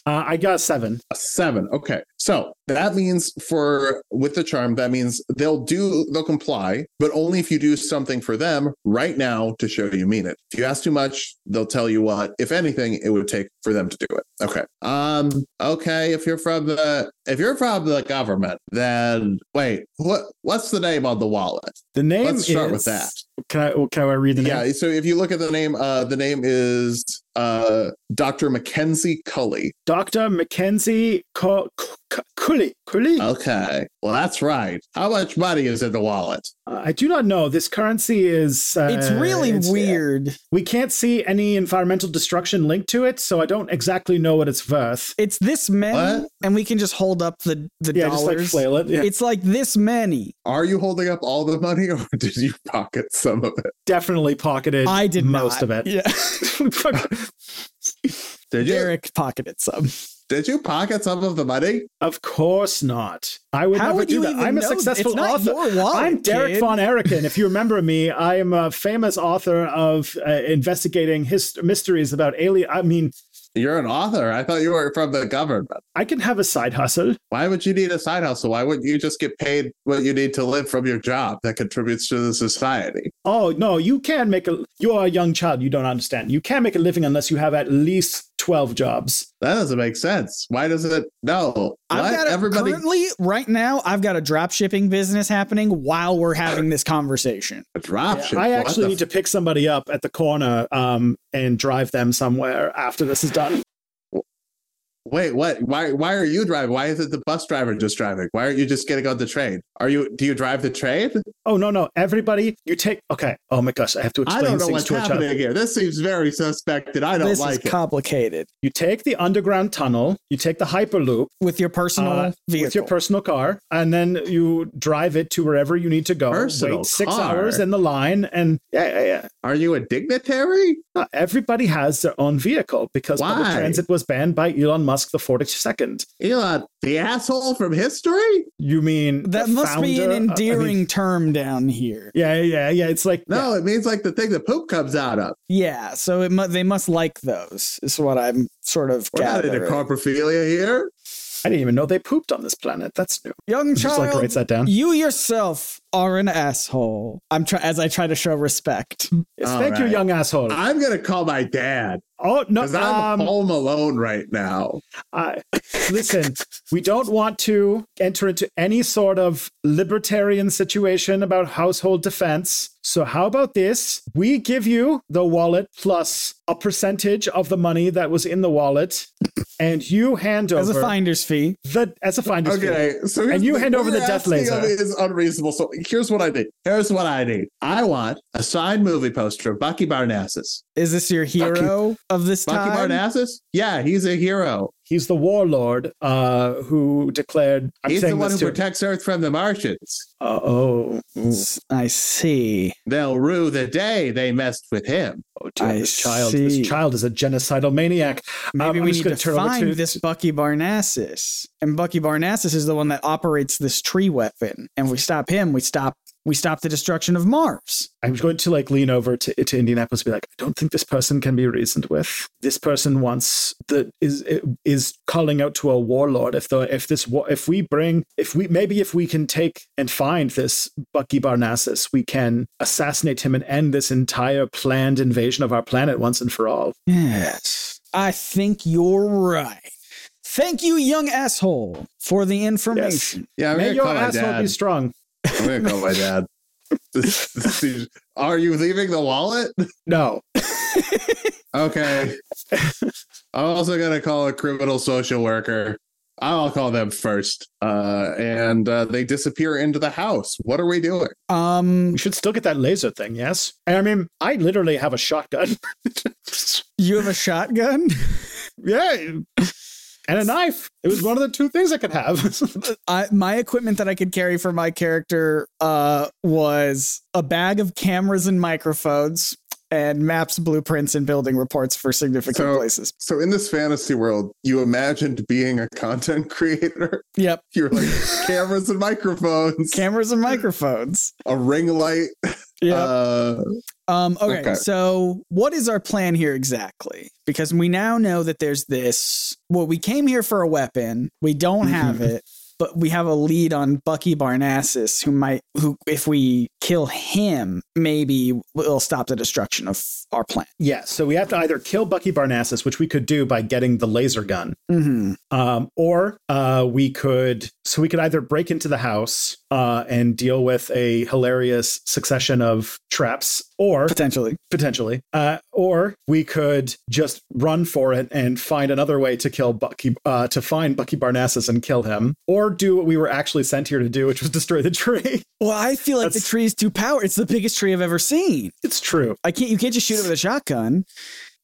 Uh, I got a seven.
A seven. Okay. So that means for with the charm, that means they'll do they'll comply, but only if you do something for them right now to show you mean it. If you ask too much, they'll tell you what, if anything, it would take for them to do it. Okay. Um, okay, if you're from the if you're from the government, then wait, what what's the name on the wallet?
The name
Let's start
is-
with that.
Can I, well, can I read the
Yeah,
name?
so if you look at the name, uh the name is uh Dr. Mackenzie Cully.
Dr. Mackenzie Co- Co- Co- Cooley. Cooley?
Oh. Okay. Well, that's right. How much money is in the wallet?
I do not know. This currency is. Uh,
it's really weird.
We can't see any environmental destruction linked to it, so I don't exactly know what it's worth.
It's this many,
What?
and we can just hold up the, the
Yeah, just
dollars.
like flail it. Yeah.
It's like this many.
Are you holding up all the money or did you pocket some of it?
Definitely pocketed
I did not.
most of it.
Yeah.
Did you?
Derek pocketed some.
Did you pocket some of the money?
Of course not. I would
How
never
would
do
you
that.
even
I'm a
know?
successful
it's not
author.
Your wallet,
I'm Derek
kid.
von Eriken. If you remember me, I am a famous author of uh, investigating his- mysteries about alien. I mean,
You're an author. I thought you were from the government.
I can have a side hustle.
Why would you need a side hustle? Why wouldn't you just get paid what you need to live from your job that contributes to the society?
Oh no, you can make a. You are a young child. You don't understand. You can't make a living unless you have at least twelve jobs.
That doesn't make sense. Why does it? No.
I've
What?
got a,
Everybody.
currently right now. I've got a drop shipping business happening while we're having this conversation.
Drop ship.
I
What
actually
the
need to pick somebody up at the corner um, and drive them somewhere after this is done.
Wait, what? Why? Why are you driving? Why isn't the bus driver just driving? Why aren't you just getting on the train? Are you? Do you drive the train?
Oh no, no, everybody, you take. Okay. Oh my gosh, I have to
I
explain
don't know
things
what's
to a child.
happening here. This seems very suspect, and I don't
This
like
is
it.
complicated
You take the underground tunnel. You take the hyperloop.
with your personal
Uh,
vehicle.
with your personal car, and then you drive it to wherever you need to go.
Personal
wait six
car?
hours in the line, and yeah, yeah, yeah.
are you a dignitary?
Not everybody has their own vehicle because public
Why?
transit was banned by Elon Musk the 42nd.
Elon, the asshole from history?
You mean
that
the
must be an
founder of- I mean,
endearing term down here.
yeah, yeah, yeah. It's like
No, it means like the thing the poop comes out of.
Yeah, so it mu- they must like those. Is what I'm sort of
We're not into
gathering.
corpophilia here.
I didn't even know they pooped on this planet. That's new.
Young
Just like
child,
writes that down.
you yourself are an asshole. I'm try- as I try to show respect.
Yes,
All
thank you,
right.
young asshole.
I'm gonna call my dad
oh no,
because I'm
um,
home alone right now.
I, listen, we don't want to enter into any sort of libertarian situation about household defense. So, how about this? We give you the wallet plus a percentage of the money that was in the wallet, and you hand
As
over
a finder's fee,
the as a finder's fee.
Okay, so here's
And you
the-
hand
what
over the
you're
death
asking
laser.
of me Is unreasonable. So here's what I need. Here's what I need. I want a signed movie poster of Bucky Barnassus.
is this your hero of this
Bucky
time?
Barnassus? Yeah, he's a hero.
He's the warlord uh, who declared. I'm
he's the
saying
one who
this to.
protects Earth from the Martians.
Uh, oh, oh,
S- I see.
They'll rue the day they messed with him.
dear,
I
this child,
see.
this child is a genocidal maniac.
Maybe
Um, I'm
we
just
need
gonna
to
turn over
find
to-
this Bucky Barnassus, and Bucky Barnassus is the one that operates this tree weapon. And we stop him. We stop. We stop the destruction of Mars.
I'm going to like lean over to, to Indianapolis and be like, I don't think this person can be reasoned with. This person wants the is is calling out to a warlord. If the if this wa- if we bring if we maybe if we can take and find this Bucky Barnassus, we can assassinate him and end this entire planned invasion of our planet once and for all.
Yes, I think you're right. Thank you, young asshole, for the information.
Yeah, I'm
May
going to
your
call my
asshole be
dad.
strong.
I'm going to call my dad. This- this is- Are you leaving the wallet?
No,
Okay. I'm also going to call a criminal social worker. I'll call them first. Uh, and uh, they disappear into the house. What are we doing?
Um,
we should still get that laser thing. Yes, I mean I literally have a shotgun.
you have a shotgun.
yeah, and a knife. It was one of the two things I could have.
I, my equipment that I could carry for my character uh, was a bag of cameras and microphones and maps, blueprints, and building reports for significant
So-
places.
So in this fantasy world, you imagined being a content creator.
Yep.
You're like cameras and microphones,
Cameras and microphones.
a ring light.
Yep.
Uh,
Um, okay,
Okay.
so what is our plan here exactly? Because we now know that there's this. Well, we came here for a weapon. We don't have it, but we have a lead on Bucky Barnassus, who might, who if we kill him, maybe will stop the destruction of our plan.
yeah, so we have to either kill Bucky Barnassus, which we could do by getting the laser gun,
Mm-hmm.
um, or uh, we could so we could either break into the house uh, and deal with a hilarious succession of traps, or
Potentially,
potentially, uh, or we could just run for it and find another way to kill Bucky uh, to find Bucky Barnassus and kill him, or do what we were actually sent here to do, which was destroy the tree.
well, I feel like
That's-
the tree is too powerful. It's the biggest tree I've ever seen.
it's true.
I can't. You can't just shoot it with a shotgun.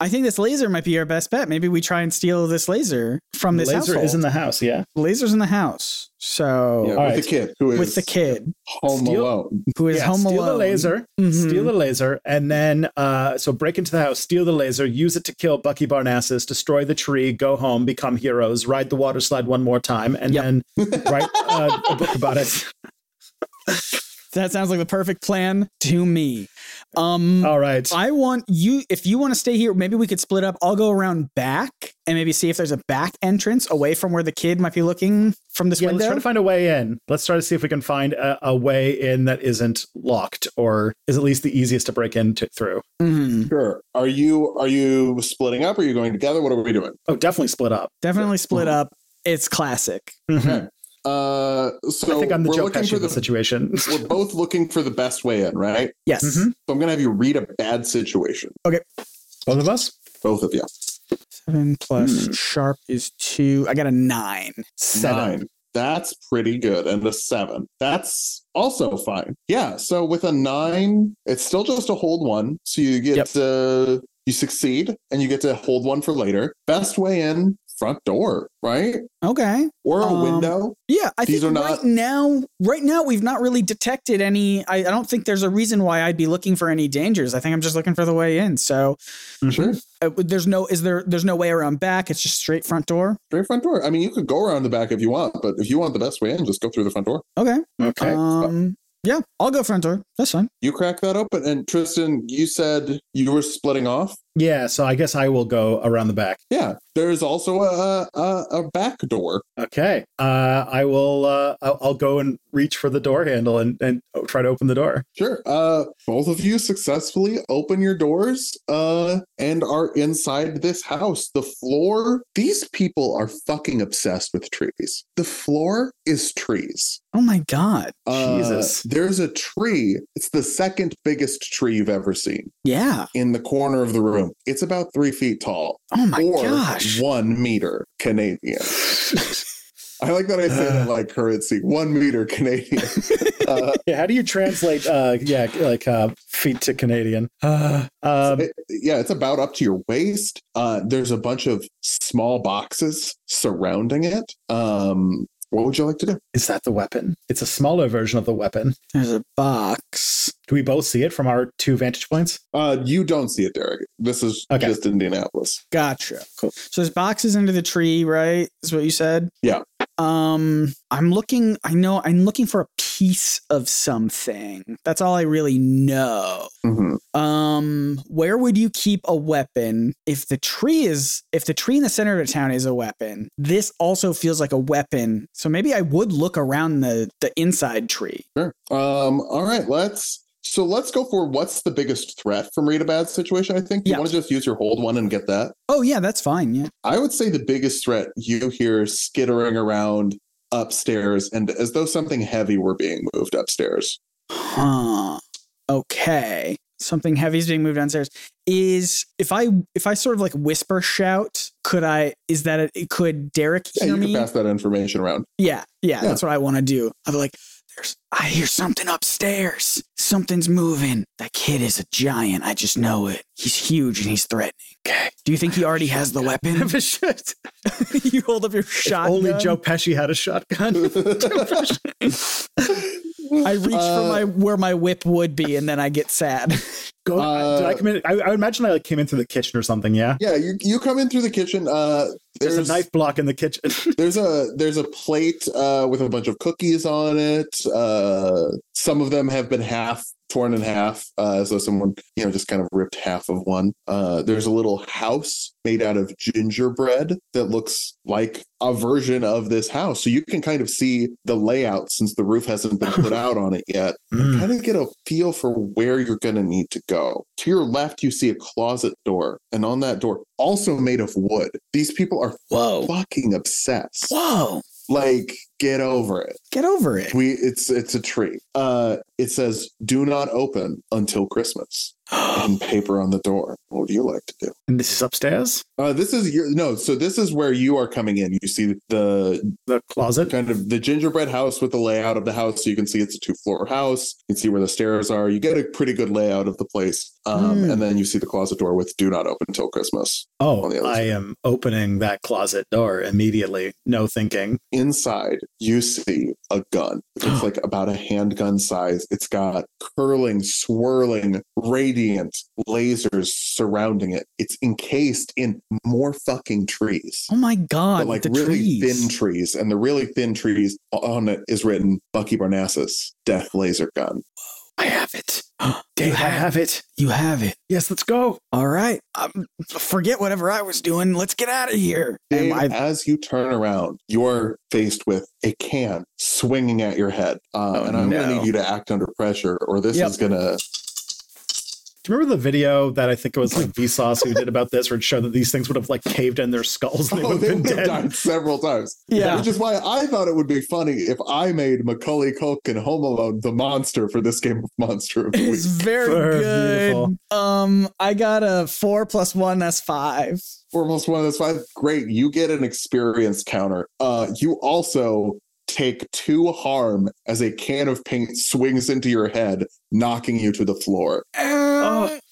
I think this laser might be our best bet. Maybe we try and steal this laser from this
laser
household.
is in the house. Yeah.
Lasers in the house. So
yeah, with
right.
the kid who is
with the kid
home
Steal-
alone.
who is
yeah,
home
steal
alone.
the laser,
Mhm.
steal the laser, and then uh, so break into the house, steal the laser, use it to kill Bucky Barnassus, destroy the tree, go home, become heroes, ride the water slide one more time, and
Yep.
then write uh, a book about it.
That sounds like the perfect plan to me. Um,
All right,
I want you if you want to stay here. Maybe we could split up. I'll go around back and maybe see if there's a back entrance away from where the kid might be looking from this
yeah, let's
window.
try to find a way in. Let's try to see if we can find a, a way in that isn't locked or is at least the easiest to break into through.
Mhm.
Sure. Are you are you splitting up? Are you going together? What are we doing?
Oh, definitely split up.
Definitely split
Mm-hmm.
up. It's classic.
Mhm.
Uh, so
I think I'm the
we're
Joe
looking
Pesci
for
in
the
the situation.
we're both looking for the best way in, right?
Yes.
Mhm.
So I'm gonna have you read a bad situation.
Both of us.
Both of you.
Seven plus
Hmm.
sharp is two. I got a nine.
Nine. That's pretty good. And a seven. That's also fine. Yeah. So with a nine, it's still just a hold one. So you get
Yep.
to you succeed and you get to hold one for later. Best way in, front door, right?
Okay.
Or a
Um,
window.
Yeah, I
These
think
are
right
not-
now, right now, we've not really detected any. I, I don't think there's a reason why I'd be looking for any dangers. I think I'm just looking for the way in. So
Sure.
uh, there's no, is there? There's no way around back. It's just straight front door.
Straight front door. I mean, you could go around the back if you want, but if you want the best way in, just go through the front door.
Okay.
Okay.
Um. Yeah, I'll go front door. That's fine.
you crack that open. And Tristan, you said you were splitting off.
Yeah, so I guess I will go around the back.
Yeah, there's also a a, a back door.
Okay, uh, I will. Uh, I'll, I'll go and reach for the door handle and, and try to open the door.
Sure. Uh, both of you successfully open your doors uh, and are inside this house. The floor, these people are fucking obsessed with trees. The floor is trees.
Oh my god.
Uh,
Jesus.
There's a tree. It's the second biggest tree you've ever seen
Yeah.
in the corner of the room. It's about three feet tall.
Oh my
or
gosh.
one meter Canadian. I like that I say that like currency, one meter Canadian. Uh,
Yeah, how do you translate? Uh, yeah, like uh, feet to Canadian. Uh, um,
it- yeah, it's about up to your waist. Uh, there's a bunch of small boxes surrounding it. Um, what would you like to do?
is that the weapon? It's a smaller version of the weapon.
There's a box.
Do we both see it from our two vantage points?
Uh, you don't see it, Derek. This is
Okay.
just Indianapolis.
Gotcha. Cool. So there's boxes under the tree, right? Is what you said?
Yeah.
Um, I'm looking. I know. I'm looking for a piece of something. That's all I really know.
Mhm.
Um, where would you keep a weapon if the tree is if the tree in the center of the town is a weapon? This also feels like a weapon. So maybe I would look around the the inside tree.
Sure. Um, all right, let's. So let's go for what's the biggest threat from read a bad situation. I think you
Yeah.
want to just use your hold one and get that.
Oh yeah, that's fine. Yeah.
I would say the biggest threat you hear skittering around upstairs and as though something heavy were being moved upstairs.
Huh. Okay. Something heavy is being moved downstairs. Is if I if I sort of like whisper shout, could I? Is that it? Could Derek
Yeah,
hear
you
me?
can pass that information around.
Yeah, yeah,
Yeah.
that's what I want to do. I'm like, upstairs. I hear something upstairs. Something's moving. That kid is a giant. I just know it. He's huge and he's threatening.
Okay.
Do you think he already has the weapon?
shit.
you hold up your
If
shotgun.
only Joe Pesci had a shotgun.
I reach for
Uh,
my where my whip would be, and then I get sad.
Go,
Uh,
did I come in? I, I imagine I like came into the kitchen or something. Yeah.
yeah, you, you come in through the kitchen. Uh,
There's, a knife block in the kitchen.
There's a there's a plate uh, with a bunch of cookies on it. Uh, some of them have been half torn in half, uh, so someone you know just kind of ripped half of one. Uh, there's a little house made out of gingerbread that looks like a version of this house, so you can kind of see the layout since the roof hasn't been put out on it yet. Kind of get a feel for where you're going to need to go. To your left, you see a closet door, and on that door, also made of wood. These people are
Whoa.
fucking obsessed.
Whoa.
Like, get over it.
Get over it.
We it's it's a tree. Uh it says do not open until Christmas and paper on the door. What do you like to do?
And this is upstairs,
Uh this is your no, so this is where you are coming in. You see the
the closet.
kind of the gingerbread house with the layout of the house. So you can see it's a two-floor house. You can see where the stairs are. You get a pretty good layout of the place. Um
Hmm.
and then you see the closet door with do not open until Christmas. on the
Oh,
other
I
side.
am opening that closet door immediately. No thinking.
inside you see a gun it's like about a handgun size it's got curling swirling radiant lasers surrounding it it's encased in more fucking trees
Oh my god.
but like
the
really
trees.
thin trees and the really thin trees on it is written bucky barnassus death laser gun
I have it.
Dave, I have it.
You have it.
Yes, let's go.
All right. Um, forget whatever I was doing. Let's get out of here.
Dave,
And I-
as you turn around you're faced with a can swinging at your head uh,
Oh,
and i'm
no.
gonna need you to act under pressure or this
Yep.
is gonna
Do you remember the video that I think it was like Vsauce who did about this, where it showed that these things would have like caved in their skulls and they
Oh,
would
they
have been
would have
dead?
died several times.
yeah.
Which is why I thought it would be funny if I made Macaulay Culkin Home Alone the monster for this game of Monster of the
It's
Week.
very
Very
good.
beautiful.
Um, I got a four plus one. That's five.
Foremost one of those five. Great. You get an experience counter. Uh, you also take two harm as a can of paint swings into your head, knocking you to the floor. Oh.
Uh,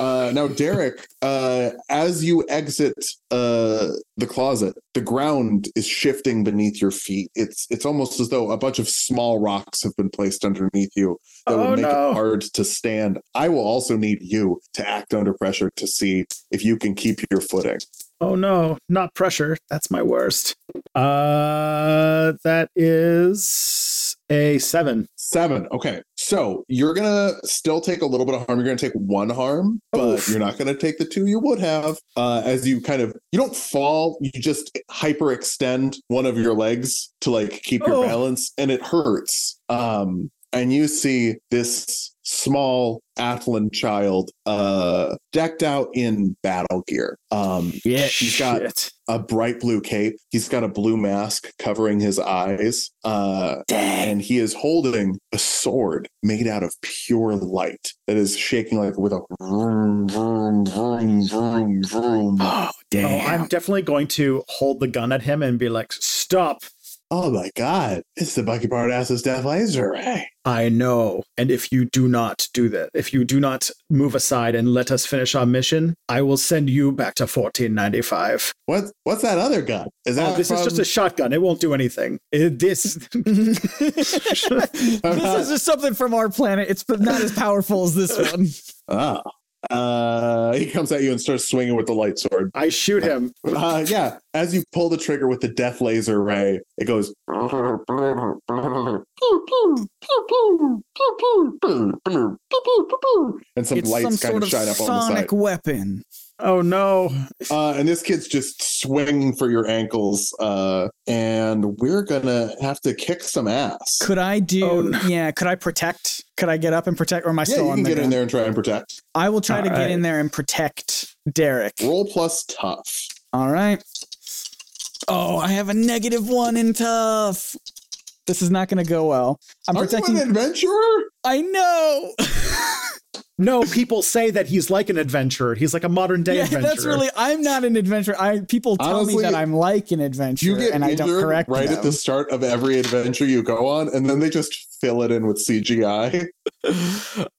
Uh, now, Derek, uh, as you exit uh, the closet, the ground is shifting beneath your feet. It's it's almost as though a bunch of small rocks have been placed underneath you that
Oh,
would make
no.
it hard to stand. I will also need you to act under pressure to see if you can keep your footing.
Oh no, not pressure. That's my worst. Uh, that is a seven.
Seven. Okay, so you're gonna still take a little bit of harm. You're gonna take one harm, but
Oof.
you're not gonna take the two you would have. Uh, as you kind of you don't fall, you just hyperextend one of your legs to like keep your
Oh.
balance, and it hurts. Um, and you see this small Atlan child, uh, decked out in battle gear. Um,
Yeah,
she's got a bright blue cape. He's got a blue mask covering his eyes. Uh,
dang.
and he is holding a sword made out of pure light that is shaking like with a vroom, vroom, vroom, vroom, vroom.
Oh,
Oh, I'm
damn.
definitely going to hold the gun at him and be like, "Stop!"
Oh my god, it's the Bucky Barnassus Death Laser Ray.
I know. And if you do not do that, if you do not move aside and let us finish our mission, I will send you back to 1495.
What what's that other gun? Is that
Oh, this is
from-
just a shotgun. It won't do anything. It- Uh, this
this is just something from our planet. It's not as powerful as this one.
Ah. Uh, he comes at you and starts swinging with the light sword.
I shoot him.
Uh, yeah, as you pull the trigger with the death laser ray, it goes. And some
it's some
lights kind
sort
of
of
shine up on the side.
sonic weapon.
Oh no.
Uh, and this kid's just swinging for your ankles, uh, and we're gonna have to kick some ass.
Could I do?
Oh, no.
Yeah. Could I protect? Could I get up and protect? Or am I
yeah,
still
you
on
can
the
get in
ground?
there and try and protect.
I will try to
All
get
right.
in there and protect Derek.
Roll plus tough.
All right. Oh, I have a negative one in tough. This is not going to go well. I'm
Aren't you
protecting.
an adventurer?
I know.
No, people say that he's like an adventurer. He's like a modern day
yeah,
adventurer.
that's really. I'm not an adventurer. I people tell
Honestly,
me that I'm like an adventurer,
You get
and I don't
injured
correct
right
them.
at the start of every adventure you go on, and then they just fill it in with CGI.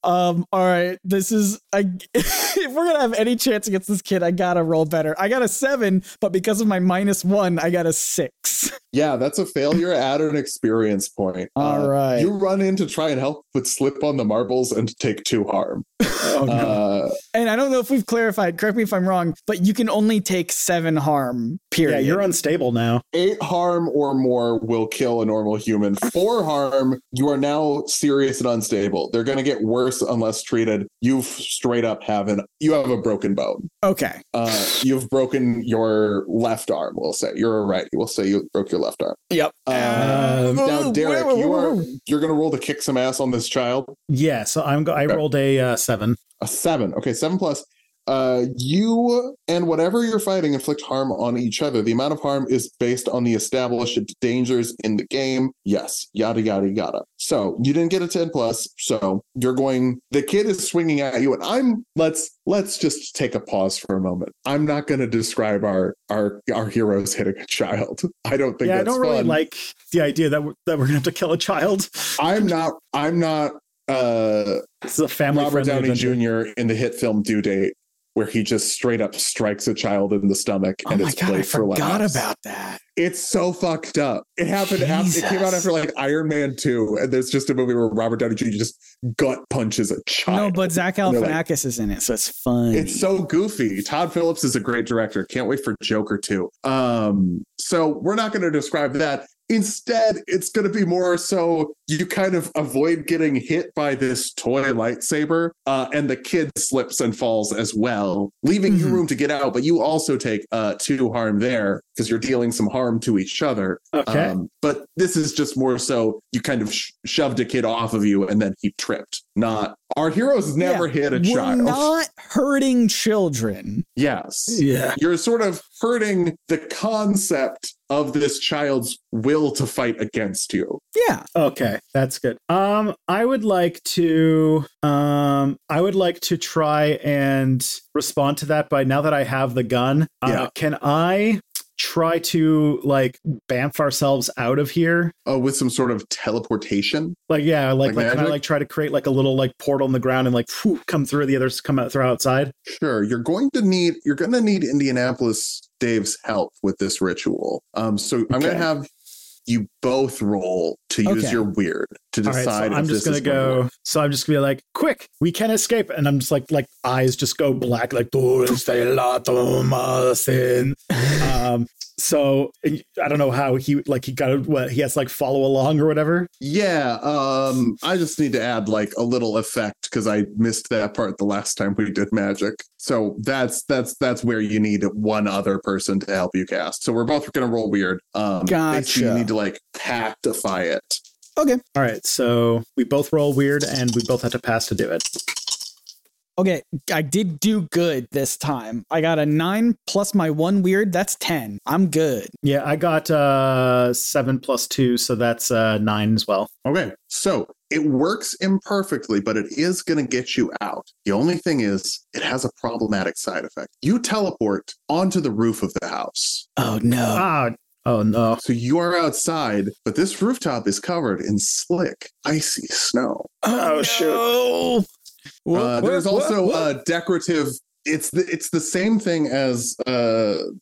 um. All right. This is. I, if we're gonna have any chance against this kid, I gotta roll better. I got a seven, but because of my minus one, I got a six.
Yeah, that's a failure at an experience point. Uh,
All right.
You run in to try and help, but slip on the marbles and take two harm.
Oh, no.
Uh,
And I don't know if we've clarified. Correct me if I'm wrong, but you can only take seven harm. Period.
yeah, you're unstable now.
eight harm or more will kill a normal human. Four harm, you are now serious and unstable. They're going to get worse unless treated. You've straight up have an you have a broken bone.
okay.
Uh, you've broken your left arm. We'll say you're right. We'll say you broke your left arm.
Yep.
Uh, now,
Ooh,
Derek,
Um, whoa, whoa,
you
whoa,
are
whoa.
you're going to roll to kick some ass on this child.
Yeah, so I'm go- I
Okay.
rolled a uh, seven.
A seven. Okay, seven plus. Uh, you and whatever you're fighting inflict harm on each other. The amount of harm is based on the established dangers in the game. Yes, yada yada yada. So you didn't get a ten plus. So you're going. The kid is swinging at you, and I'm. Let's let's just take a pause for a moment. I'm not going to describe our our our heroes hitting a child. I don't think.
Yeah, I
that's
don't really
fun.
like the idea that we're, that we're gonna have to kill a child.
I'm not. I'm not. Uh,
This is a family
Robert
friendly
Downey
adventure.
Jr. in the hit film Due Date, where he just straight up strikes a child in the stomach
Oh
and
my
it's
god!
played
I
for
forgot
laughs.
about that.
It's so fucked up. It happened after it came out
Jesus.
after like Iron Man 2, and there's just a movie where Robert Downey Jr. just gut punches a
No,
child.
but Zach
They're
Galifianakis
like-
is in it, so it's fun.
It's so goofy. Todd Phillips is a great director. Can't wait for Joker 2. Um, so we're not going to describe that. Instead, it's going to be more so you kind of avoid getting hit by this toy lightsaber, uh, and the kid slips and falls as well, leaving you
Mhm.
room to get out. But you also take uh, two harm there because you're dealing some harm to each other.
Okay.
Um, but this is just more so you kind of sh- shoved a kid off of you and then he tripped. Not our heroes never
Yeah,
hit a
We're
child.
not hurting children.
Yes.
yeah.
You're sort of hurting the concept of this child's will to fight against you.
Yeah.
Okay, that's good. Um, I would like to, um, I would like to try and respond to that by now that I have the gun. Uh,
Yeah.
Can I try to like bamf ourselves out of here?
Oh, with some sort of teleportation.
Like, yeah,
Like
like, like, can I
magic?
like try to create like a little like portal in the ground and like phew, come through the others, come out through outside?
Sure. You're going to need you're gonna need Indianapolis Dave's help with this ritual. Um, so I'm
Okay.
gonna have you both roll to use
Okay.
your weird to
All right, so
decide.
I'm
if this
just gonna
is going to work.
go. So I'm just gonna be like, quick, we can escape, and I'm just like, like eyes just go black, like "Tu stella tomas in." Um, so and I don't know how he like he got what he has to, like follow along or whatever.
Yeah, um, I just need to add like a little effect because I missed that part the last time we did magic. So that's that's that's where you need one other person to help you cast. So we're both gonna roll weird. Um basically
Gotcha.
you need to like pactify it.
Okay.
All right, so we both roll weird, and we both have to pass to do it.
Okay. I did do good this time. I got a nine plus my one weird. That's 10. I'm good.
Yeah, I got uh seven plus two, so that's uh nine as well.
Okay. So it works imperfectly, but it is going to get you out. The only thing is, it has a problematic side effect. You teleport onto the roof of the house.
Oh, no.
Ah, oh no.
So you are outside, but this rooftop is covered in slick, icy snow.
Oh,
shoot.
Uh, there's also a decorative. It's the it's the same thing as uh,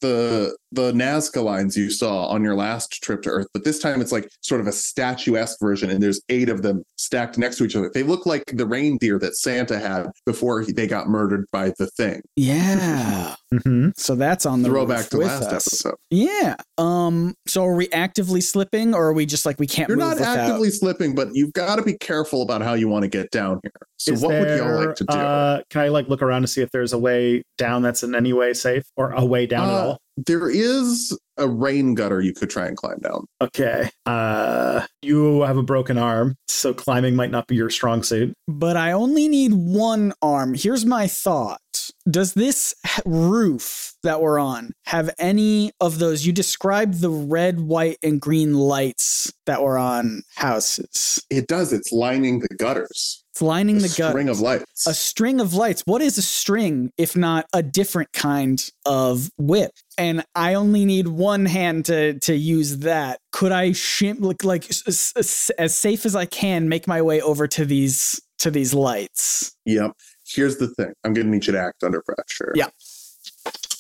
the the Nazca lines you saw on your last trip to Earth, but this time it's like sort of a statuesque version, and there's eight of them stacked next to each other. They look like the reindeer that Santa had before he, they got murdered by the thing.
Yeah.
hmm
So that's on the
Throwback
roof
to
with
last
us.
episode.
Yeah. Um. So are we actively slipping, or are we just like we can't?
You're
move
not
without-
actively slipping, but you've got to be careful about how you want to get down here. So
Is
what would y'all
there,
like to do?
Uh, can I like look around to see if there's a way down that's in any way safe or a way down at
Uh,
all?
there is a rain gutter you could try and climb down.
Okay. Uh, you have a broken arm, so climbing might not be your strong suit.
But I only need one arm. Here's my thought. Does this h- roof that we're on have any of those? You described the red, white, and green lights that were on houses.
It does. It's lining the gutters.
It's lining
A
the gut.
string of lights.
A string of lights. What is a string if not a different kind of whip? And I only need one hand to to use that. Could I shim, like like s- s- as safe as I can make my way over to these to these lights?
Yep. Here's the thing. I'm going to need you to act under pressure.
Yeah.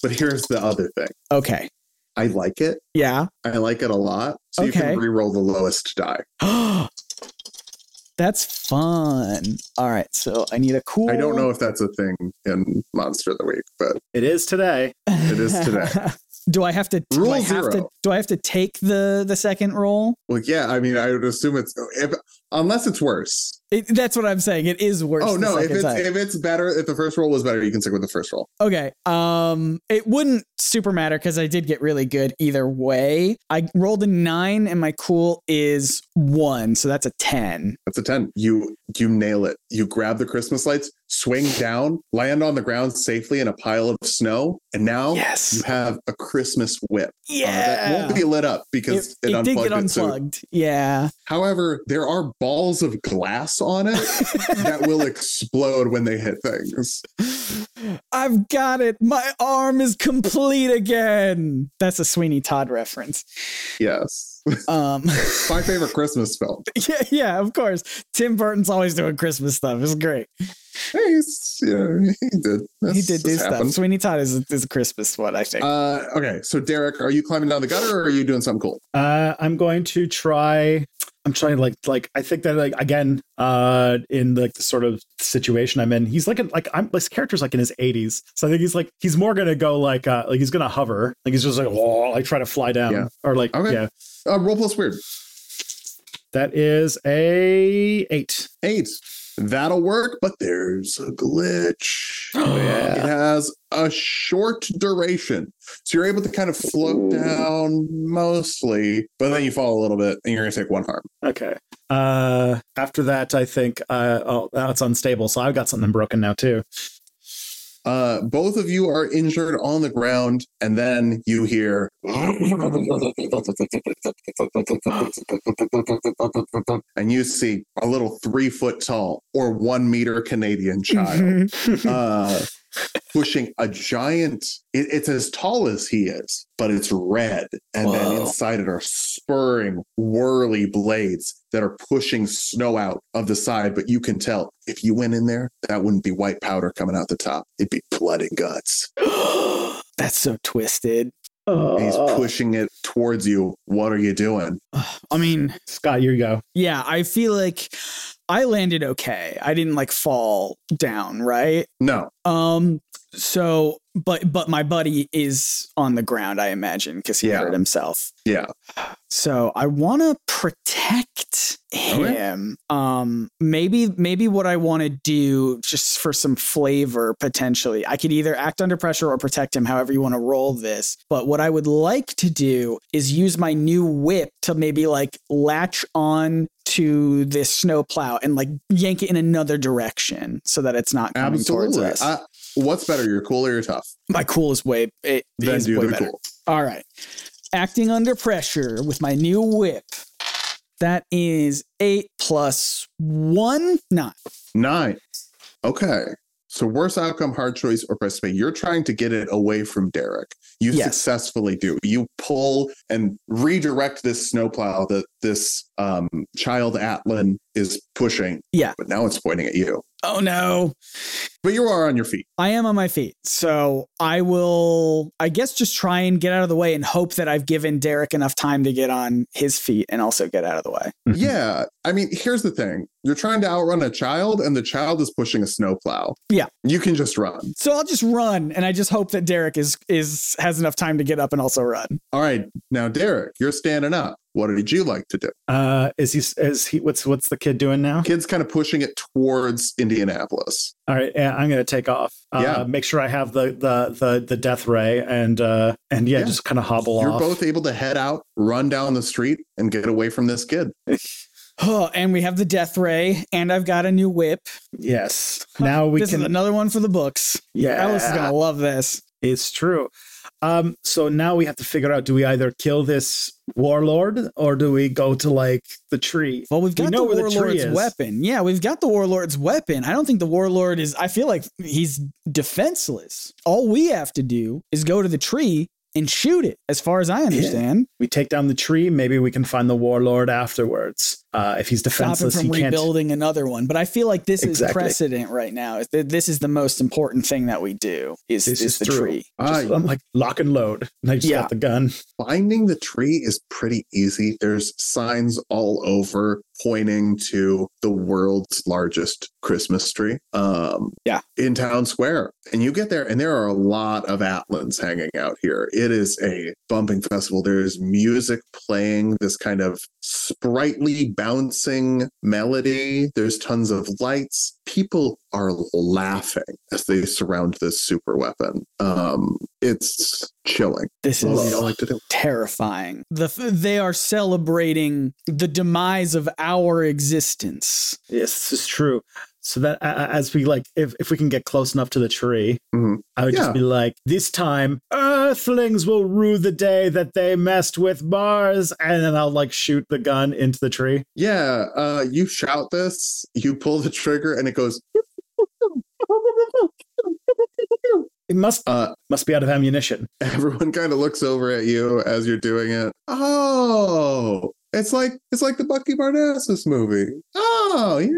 But here's the other thing.
Okay.
I like it.
Yeah.
I like it a lot. So you
Okay.
can re-roll the lowest die.
That's fun. All right. So I need a cool.
I don't know if that's a thing in Monster of the Week, but
It is today.
it is today.
do I have to? do
Rule
I have to?
zero.
Do I have to take the the second roll?
well, yeah. I mean, I would assume it's if unless it's worse.
It, that's what I'm saying. It is worse.
oh
the
no, if
second
it's
time.
if it's better, if the first roll was better, you can stick with the first roll.
Okay. Um, it wouldn't super matter because I did get really good either way. I rolled a nine and my cool is one, so that's a ten.
That's a ten. You you nail it. You grab the Christmas lights, swing down, land on the ground safely in a pile of snow, and now you
Yes.
have a Christmas whip. Uh, that
Yeah.
won't be lit up because
it,
it,
it did
unplugged
get
it. So-
unplugged. Yeah.
however, there are balls of glass on it that will explode when they hit things.
I've got it. My arm is complete again. That's a Sweeney Todd reference.
Yes.
Um,
My favorite Christmas film.
yeah, yeah, of course. Tim Burton's always doing Christmas stuff. It's great.
Hey, he's- yeah, he did.
he
This-
did do
this
stuff.
happened.
Sweeney Todd is a, is a Christmas one, I think.
Uh, okay, so Derek, are you climbing down the gutter or are you doing something cool?
Uh, I'm going to try. I'm trying to like like I think that like again uh in like the sort of situation I'm in he's like in, like I'm this character's like in his 80s so I think he's like he's more gonna go like uh like he's gonna hover like he's just like oh like try to fly down
Yeah.
or like
Okay.
yeah
Uh, roll plus weird.
that is a eight
Eight. That'll work, but there's a glitch. It
yeah
has a short duration. So you're able to kind of float down mostly, but then you fall a little bit and you're going to take one harm.
okay uh after that I think uh oh that's unstable so I've got something broken now too
Uh, both of you are injured on the ground, and then you hear, and you see a little three foot tall or one meter Canadian child
Mhm.
uh, pushing a giant. It, it's as tall as he is, but it's red, and then
Whoa.
inside it are spurring, whirly blades that are pushing snow out of the side. But you can tell if you went in there, that wouldn't be white powder coming out the top; it'd be blood and guts.
That's so twisted.
And he's
Oh.
pushing it towards you. What are you doing?
Ugh, I mean,
Scott here you go
yeah, I feel like I landed okay. I didn't like fall down, right?
No,
Um so but but my buddy is on the ground, I imagine, cuz he
Yeah.
hurt himself.
yeah,
So I want to protect
Okay.
him. Um maybe maybe what I want to do just for some flavor potentially. I could either act under pressure or protect him however you want to roll this. But what I would like to do is use my new whip to maybe like latch on to this snowplow and like yank it in another direction so that it's not coming
absolutely.
towards us.
Uh, what's better, your cool or your tough?
my cool is way it
Then
is
do
way
the
better.
cool.
All right. Acting under pressure with my new whip. That is eight plus one. Nine.
Nine. Okay. So worst outcome, hard choice, or precipitate. You're trying to get it away from Derek. You
Yes.
successfully do. You pull and redirect this snowplow that this um, child Atlin is pushing.
Yeah.
But now it's pointing at you.
Oh no.
But you are on your feet.
I am on my feet. So I will, I guess, just try and get out of the way and hope that I've given Derek enough time to get on his feet and also get out of the way.
Yeah. I mean, here's the thing. You're trying to outrun a child, and the child is pushing a snowplow.
Yeah.
You can just run.
So I'll just run and I just hope that Derek is is has enough time to get up and also run.
All right. Now, Derek, you're standing up. What did you like to do?
uh is he is he what's what's the kid doing now
Kid's kind of pushing it towards Indianapolis.
All right, yeah, I'm gonna take off. Uh,
Yeah.
make sure I have the the the, the death ray and uh and yeah,
Yeah.
just kind of hobble
You're
off.
both able to head out, run down the street, and get away from this kid.
Oh, and we have the death ray, and I've got a new whip.
yes. Now we
this
can.
is another one for the books.
yeah,
Alice is gonna love this.
it's true. Um, so now we have to figure out do we either kill this warlord or do we go to like the tree?
Well, we've
We
got
know where
the
the tree
warlord's
is.
weapon. Yeah, we've got the warlord's weapon. I don't think the warlord is. I feel like he's defenseless. All we have to do is go to the tree and shoot it. As far as I understand,
We take down the tree, maybe we can find the warlord afterwards. Uh, if he's
stop him
defenseless, he
from
can't.
rebuilding another one. But I feel like this is
Exactly.
precedent right now. Th- This is the most important thing that we do. Is
This
is,
is
the
true.
tree?
I-
Just- I'm like lock and load, and I just
Yeah.
got the gun.
finding the tree is pretty easy. There's signs all over pointing to the world's largest Christmas tree. Um,
Yeah.
in town square, and you get there, and there are a lot of Atlans hanging out here. It is a bumping festival. There's music playing, this kind of sprightly bouncing melody. There's tons of lights. People are laughing as they surround this super weapon. Um, it's chilling.
This
What do
is
y'all like to do?
terrifying. The f- they are celebrating the demise of our existence.
Yes, this is true. So that uh, as we like, if if we can get close enough to the tree,
Mhm.
I would
Yeah.
just be like, this time, Earthlings will rue the day that they messed with Mars, and then I'll like shoot the gun into the tree.
Yeah, uh, you shout this, you pull the trigger, and it goes.
It must
Uh,
must be out of ammunition.
everyone kind of looks over at you as you're doing it. Oh, it's like it's like the Bucky Barnassus movie. Oh, yeah,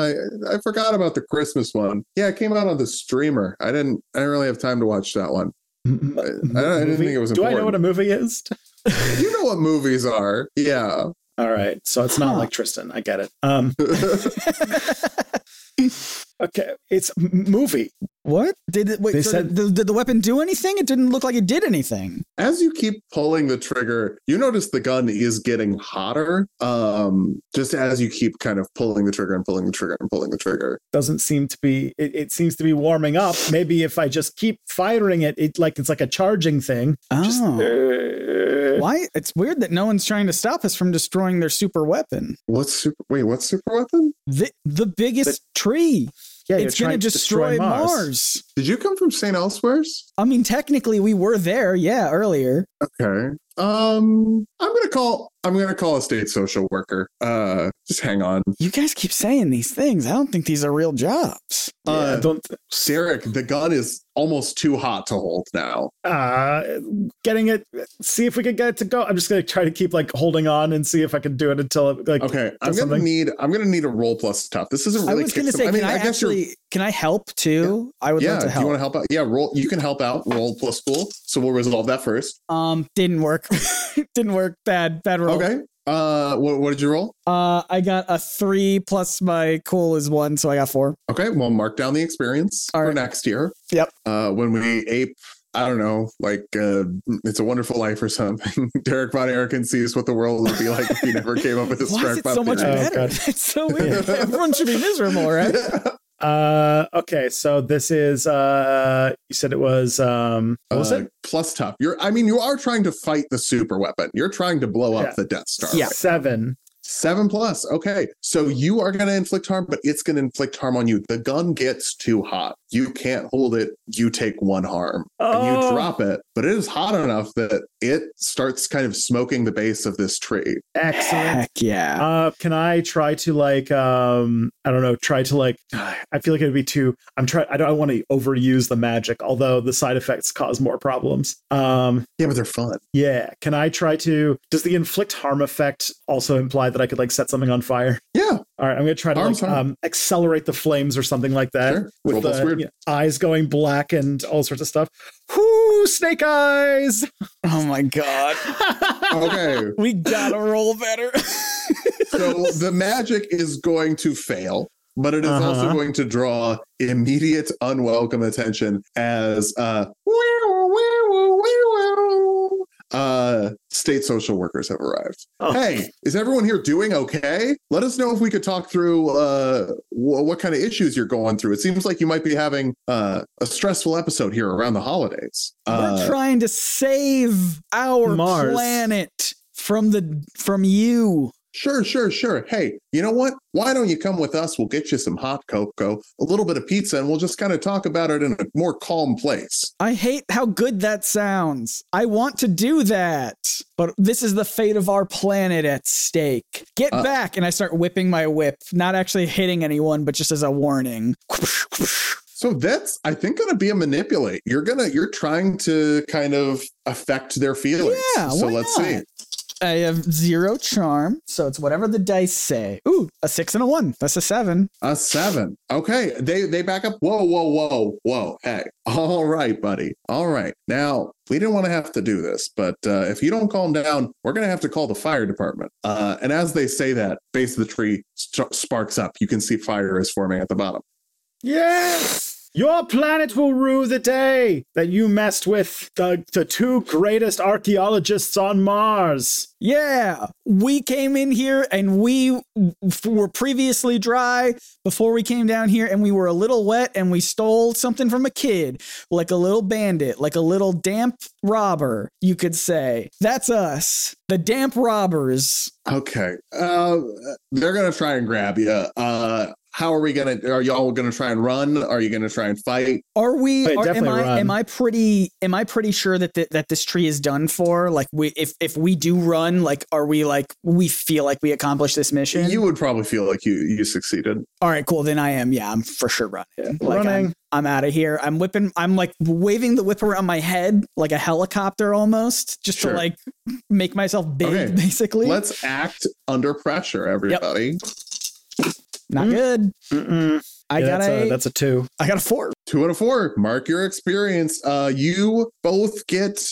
I, I forgot about the Christmas one. Yeah, it came out on the streamer. I didn't. I didn't really have time to watch that one. I, I don't- I didn't think it was
Do I
important.
know what a movie is?
you know what movies are? Yeah.
All right, so it's not
Huh.
like Tristan. I get it. Um, okay, it's m- movie.
What did it, wait?
They
so
said-
did, the, did the weapon do anything? It didn't look like it did anything.
as you keep pulling the trigger you notice the gun is getting hotter um just as you keep kind of pulling the trigger and pulling the trigger and pulling the trigger
doesn't seem to be it, it seems to be warming up maybe if i just keep firing it it like it's like a charging thing
Oh,
Just- uh,
why? It's weird that no one's trying to stop us from destroying their super weapon.
what's super wait what's super weapon
The the biggest tree.
yeah you're
it's going to
trying
destroy, Mars.
did you come from st elsewhere's
I mean, technically, we were there, yeah, earlier.
okay um i'm gonna call i'm gonna call a state social worker uh just hang on
You guys keep saying these things. I don't think these are real jobs.
Yeah,
Uh,
don't
derek the gun is almost too hot to hold now
uh getting it see if we can get it to go i'm just going to try to keep like holding on and see if i can do it until it like
okay i'm
Does
gonna
something-
need i'm gonna need a roll plus tough this isn't really
I was
kick
going to
some-
say, can I,
guess you're-
actually? Can I help too? I would
yeah,
like to
do you
help.
want to help out? Yeah, roll. You can help out. Roll plus cool. So we'll resolve that first.
um, didn't work. didn't work. Bad. Bad roll.
Okay. Uh, what, what did you roll?
Uh, I got a three plus my cool is one, so I got four.
Okay. Well, mark down the experience
All
for
right.
next year.
Yep.
Uh, when we ape, I don't know, like uh, it's a wonderful life or something. Derek Von Ericken sees what the world would be like if he never came up with this
Why is
strike
it so much
theory. Oh,
better?
God.
That's so weird. Everyone should be miserable, right?
uh okay so this is uh you said it was um what was
uh,
it
plus tough. You're. I mean, you are trying to fight the super weapon. You're trying to blow up
Yeah.
the Death Star.
Yeah.
seven
Seven plus. Okay. So you are going to inflict harm, but it's going to inflict harm on you. The gun gets too hot. You can't hold it. You take one harm and you
Oh.
drop it, but it is hot enough that it starts kind of smoking the base of this tree.
excellent
Heck yeah.
Uh, can I try to like um I don't know, try to like I feel like it'd be too I'm trying I don't want to overuse the magic, although the side effects cause more problems. Um
Yeah, but they're fun.
yeah, can I try to does the inflict harm effect also imply that I could like set something on fire?
Yeah.
All right, I'm gonna try to
Harm's
like
harm.
um accelerate the flames or something like that.
Sure.
Uh, With
Roll plus
the
weird.
you know, eyes going black and all sorts of stuff. Whoo, snake eyes!
Oh my god.
Okay.
We gotta roll better.
so the magic is going to fail. But it is also
Uh-huh.
going to draw immediate unwelcome attention as uh, "Wow, wow, wow, wow," uh, state social workers have arrived.
Oh.
hey is everyone here doing okay let us know if we could talk through uh wh- what kind of issues you're going through it seems like you might be having uh a stressful episode here around the holidays
We're
uh,
trying to save our
Mars.
planet from the from you.
Sure, sure, sure. Hey, you know what? Why don't you come with us? We'll get you some hot cocoa, a little bit of pizza, and we'll just kind of talk about it in a more calm place.
I hate how good that sounds. I want to do that, but this is the fate of our planet at stake. Get
Uh.
back. And I start whipping my whip, not actually hitting anyone, but just as a warning.
So that's I think gonna be a manipulate. You're gonna you're trying to kind of affect their feelings.
Yeah,
so
why
let's
not?
see.
I have zero charm, so it's whatever the dice say. Ooh, a six and a one. That's a seven.
A seven. Okay. They they back up. Whoa, whoa, whoa, whoa. Hey. All right, buddy. All right. Now we didn't want to have to do this, but uh, if you don't calm down, we're gonna have to call the fire department. Uh, and as they say that, base of the tree st- sparks up. You can see fire is forming at the bottom.
Yes! Your planet will rue the day that you messed with the, the two greatest archaeologists on Mars.
Yeah, we came in here and we f- were previously dry before we came down here and we were a little wet and we stole something from a kid, like a little bandit, like a little damp robber, you could say. That's us, the damp robbers.
Okay. Uh, they're gonna try and grab you. Uh, how are we gonna? Are y'all gonna try and run? Are you gonna try and fight?
Are we?
Wait,
are- am
definitely
I?
run.
Am I pretty? Am I pretty sure that th- that this tree is done for? Like, we if if we do run, like, are we like we feel like we accomplished this mission?
You would probably feel like you you succeeded.
All right, cool. Then I am. Yeah, I'm for sure running. Like,
Running.
I'm, I'm out of here. I'm whipping. I'm like waving the whip around my head like a helicopter almost, just
Sure.
to like make myself big,
Okay.
basically.
Let's act under pressure, everybody.
Not
Mm.
good.
Mm-mm.
I
Yeah,
got
that's uh,
a,
that's a two.
I got a four.
Two out of four. Mark your experience. Uh, you both get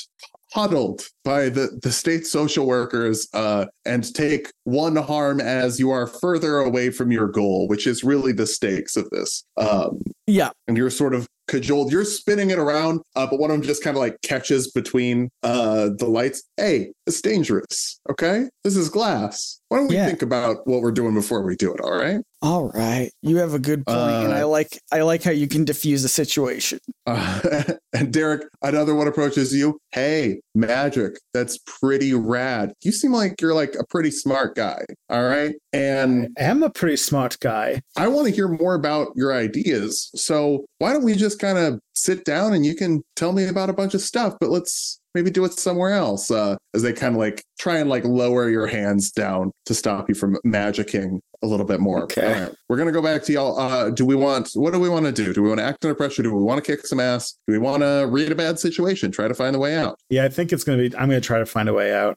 huddled by the, the state social workers uh, and take one harm as you are further away from your goal, which is really the stakes of this. Um,
Yeah.
and you're sort of cajoled. You're spinning it around, uh, but one of them just kind of like catches between uh, the lights. Hey, it's dangerous. Okay, this is glass. Why don't we
Yeah.
think about what we're doing before we do it? All right.
All right. You have a good point, and
Uh,
I like I like how you can diffuse a situation.
Uh, and Derek, another one approaches you. Hey, magic. That's pretty rad. You seem like you're like a pretty smart guy. All right.
I
And
am a pretty smart guy.
I want to hear more about your ideas. So why don't we just kind of sit down and you can tell me about a bunch of stuff, but let's maybe do it somewhere else. Uh, as they kind of like try and like lower your hands down to stop you from magicking a little bit more.
Okay.
All right. We're gonna go back to y'all. Uh, do we want what do we want to do? Do we want to act under pressure? Do we want to kick some ass? Do we want to read a bad situation? Try to find the way out.
Yeah, I think it's going to be. I'm going to try to find a way out.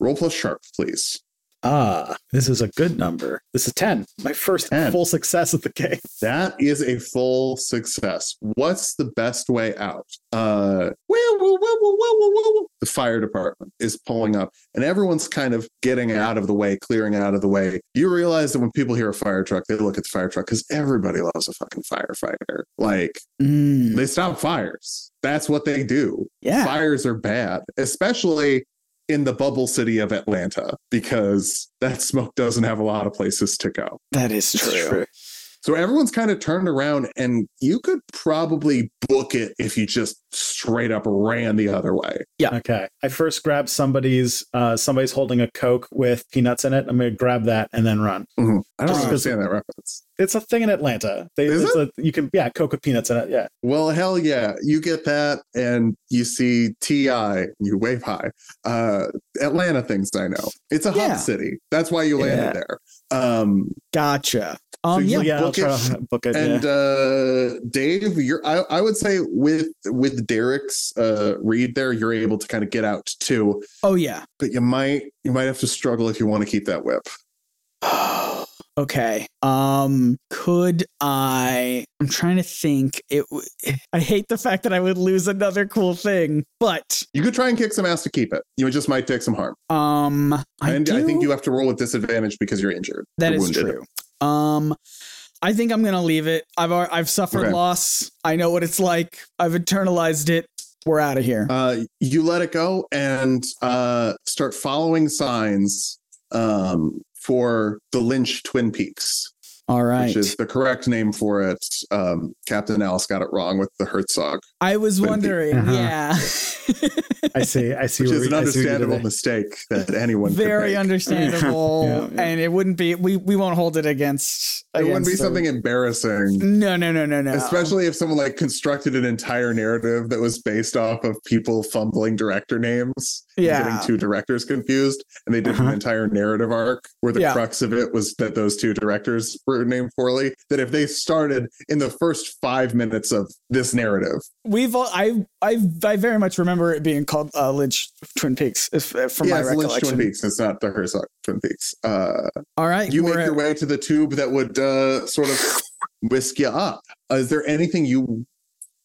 Roll plus sharp, please.
Ah, this is a good number. This is 10. My first
10.
full success of the game.
That is a full success. What's the best way out? Uh, woo, woo, woo, woo, woo, woo, woo, woo. the fire department is pulling up, and everyone's kind of getting out of the way, clearing out of the way. You realize that when people hear a fire truck, they look at the fire truck because everybody loves a fucking firefighter. Like
Mm,
they stop fires. That's what they do.
yeah.
Fires are bad, especially in the bubble city of Atlanta, because that smoke doesn't have a lot of places to go.
That is true.
So everyone's kind of turned around, and you could probably book it if you just straight up ran the other way.
Okay. I first grab somebody's, uh, somebody's holding a Coke with peanuts in it. I'm going to grab that and then run.
I don't
Just 'cause-
understand that reference.
It's a thing in Atlanta. They,
Is
it's A, you can, yeah, Coke with peanuts in it. Yeah.
Well, hell yeah, you get that, and you see Ti, you wave high. Uh, Atlanta things I know. It's a hub
Yeah.
city. That's why you landed there. Um,
Gotcha. Um,
you
yeah.
So, yeah, I'll
book it.
try to book it.
and
yeah.
uh, Dave, you're I, I would say with with Derek's uh, read there, you're able to kind of get out too,
Oh yeah.
but you might you might have to struggle if you want to keep that whip.
okay. Um, could I? I'm trying to think. It. w- I hate the fact that I would lose another cool thing, but
You could try and kick some ass to keep it. You just might take some harm.
um, I
and I
do-
think you have to roll with disadvantage because you're injured.
That
or
is
wounded.
true. Um, I think I'm gonna leave it. I've al- I've suffered
Okay.
loss. I know what it's like. I've internalized it. We're out of here.
Uh, you let it go and uh, start following signs um, for the Lynch Twin Peaks.
All right.
which is the correct name for it. Um, Captain Alice got it wrong with the Herzog,
I was
Twenty.
wondering.
Uh-huh.
Yeah.
I see. I see.
which
where
is an
we- I see what you did
understandable
there.
mistake that anyone
Very
could make.
understandable.
Yeah, yeah.
And it wouldn't be we we won't hold it against
It wouldn't
against
be
them.
something embarrassing.
No, no, no, no, no.
Especially if someone like constructed an entire narrative that was based off of people fumbling director names, and
Yeah.
getting two directors confused, and they did
Uh-huh.
an entire narrative arc where the
Yeah.
crux of it was that those two directors were named poorly. That if they started in the first five minutes of this narrative,
We've all, I I I very much remember it being called uh, Lynch Twin Peaks if, uh, from
yeah,
my
it's Lynch
recollection.
Twin Peaks. It's not the Herzog Twin Peaks. Uh,
All right.
you
we're
make
at-
your way to the tube that would uh, sort of whisk you up. Uh, is there anything you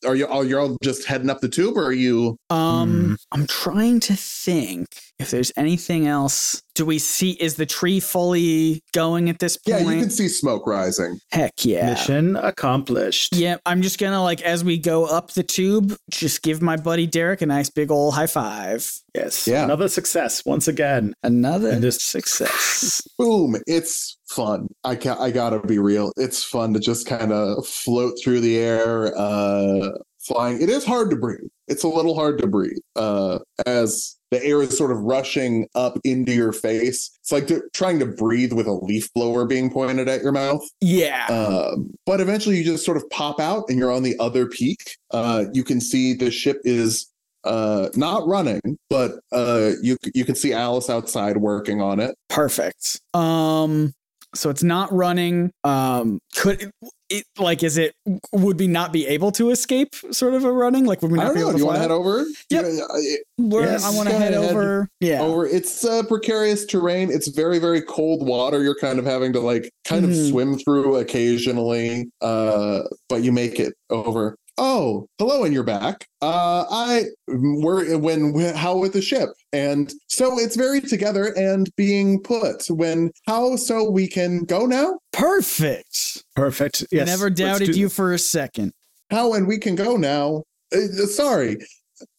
are you are you all just heading up the tube, or are you?
Um, I'm trying to think if there's anything else. Do we see? Is the tree fully going at this
Yeah,
point?
you can see smoke rising.
Heck yeah.
Mission accomplished.
Yeah, I'm just gonna like as we go up the tube, just give my buddy Derek a nice big old high five.
Yes.
Yeah.
Another success once again.
Another
And just-
success.
Boom! It's fun. I ca- I gotta be real. It's fun to just kind of float through the air, uh, flying. It is hard to breathe. It's a little hard to breathe uh, as the air is sort of rushing up into your face. It's like they're trying to breathe with a leaf blower being pointed at your mouth.
yeah.
Um, but eventually, you just sort of pop out, and you're on the other peak. Uh, you can see the ship is uh, not running, but uh, you you can see Alice outside working on it.
Perfect. Um, so it's not running. Um, could it like is it would we not be able to escape? Sort of a running like would we
I
not
don't
be
know.
able
Do
to
you want
fly?
to head over?
Yep.
Yeah, uh,
We're-
Yes,
I want to
go
head
ahead.
over. Yeah.
Over. It's uh, precarious terrain. It's very very cold water. You're kind of having to like kind of
Mhm.
swim through occasionally, uh, but you make it over. Oh, hello, and you're back. Uh, I were when how with the ship, and so it's very together and being put. When how so we can go now?
Perfect.
Perfect. Yes.
Never
let's
doubted
do-
you for a second.
How Oh, and we can go now? Uh, sorry,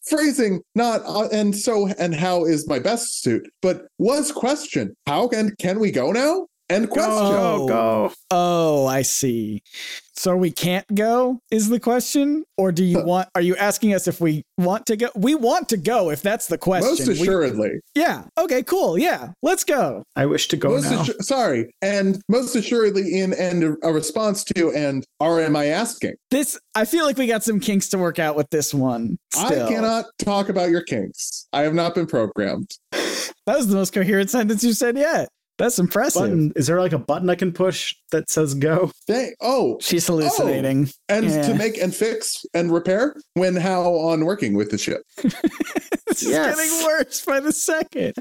phrasing not uh, and so and how is my best suit but was question how can can we go now and question
Go,
Oh,
go. Oh, I see. So we can't go is the question, or do you want? Are you asking us if we want to go? We want to go if that's the question.
most
We-
assuredly
yeah. Okay. Cool. Yeah. Let's go.
I wish to go
most
now.
assu- sorry and most assuredly in and a response to and or am i asking
This. I feel like we got some kinks to work out with this one. still.
i cannot talk about your kinks i have not been programmed
That was the most coherent sentence you said yet. That's impressive.
button. Is there like a button I can push that says go?
they oh
She's hallucinating.
and
Yeah.
to make and fix and repair when how on working with the ship
this
Yes.
is getting worse by the second.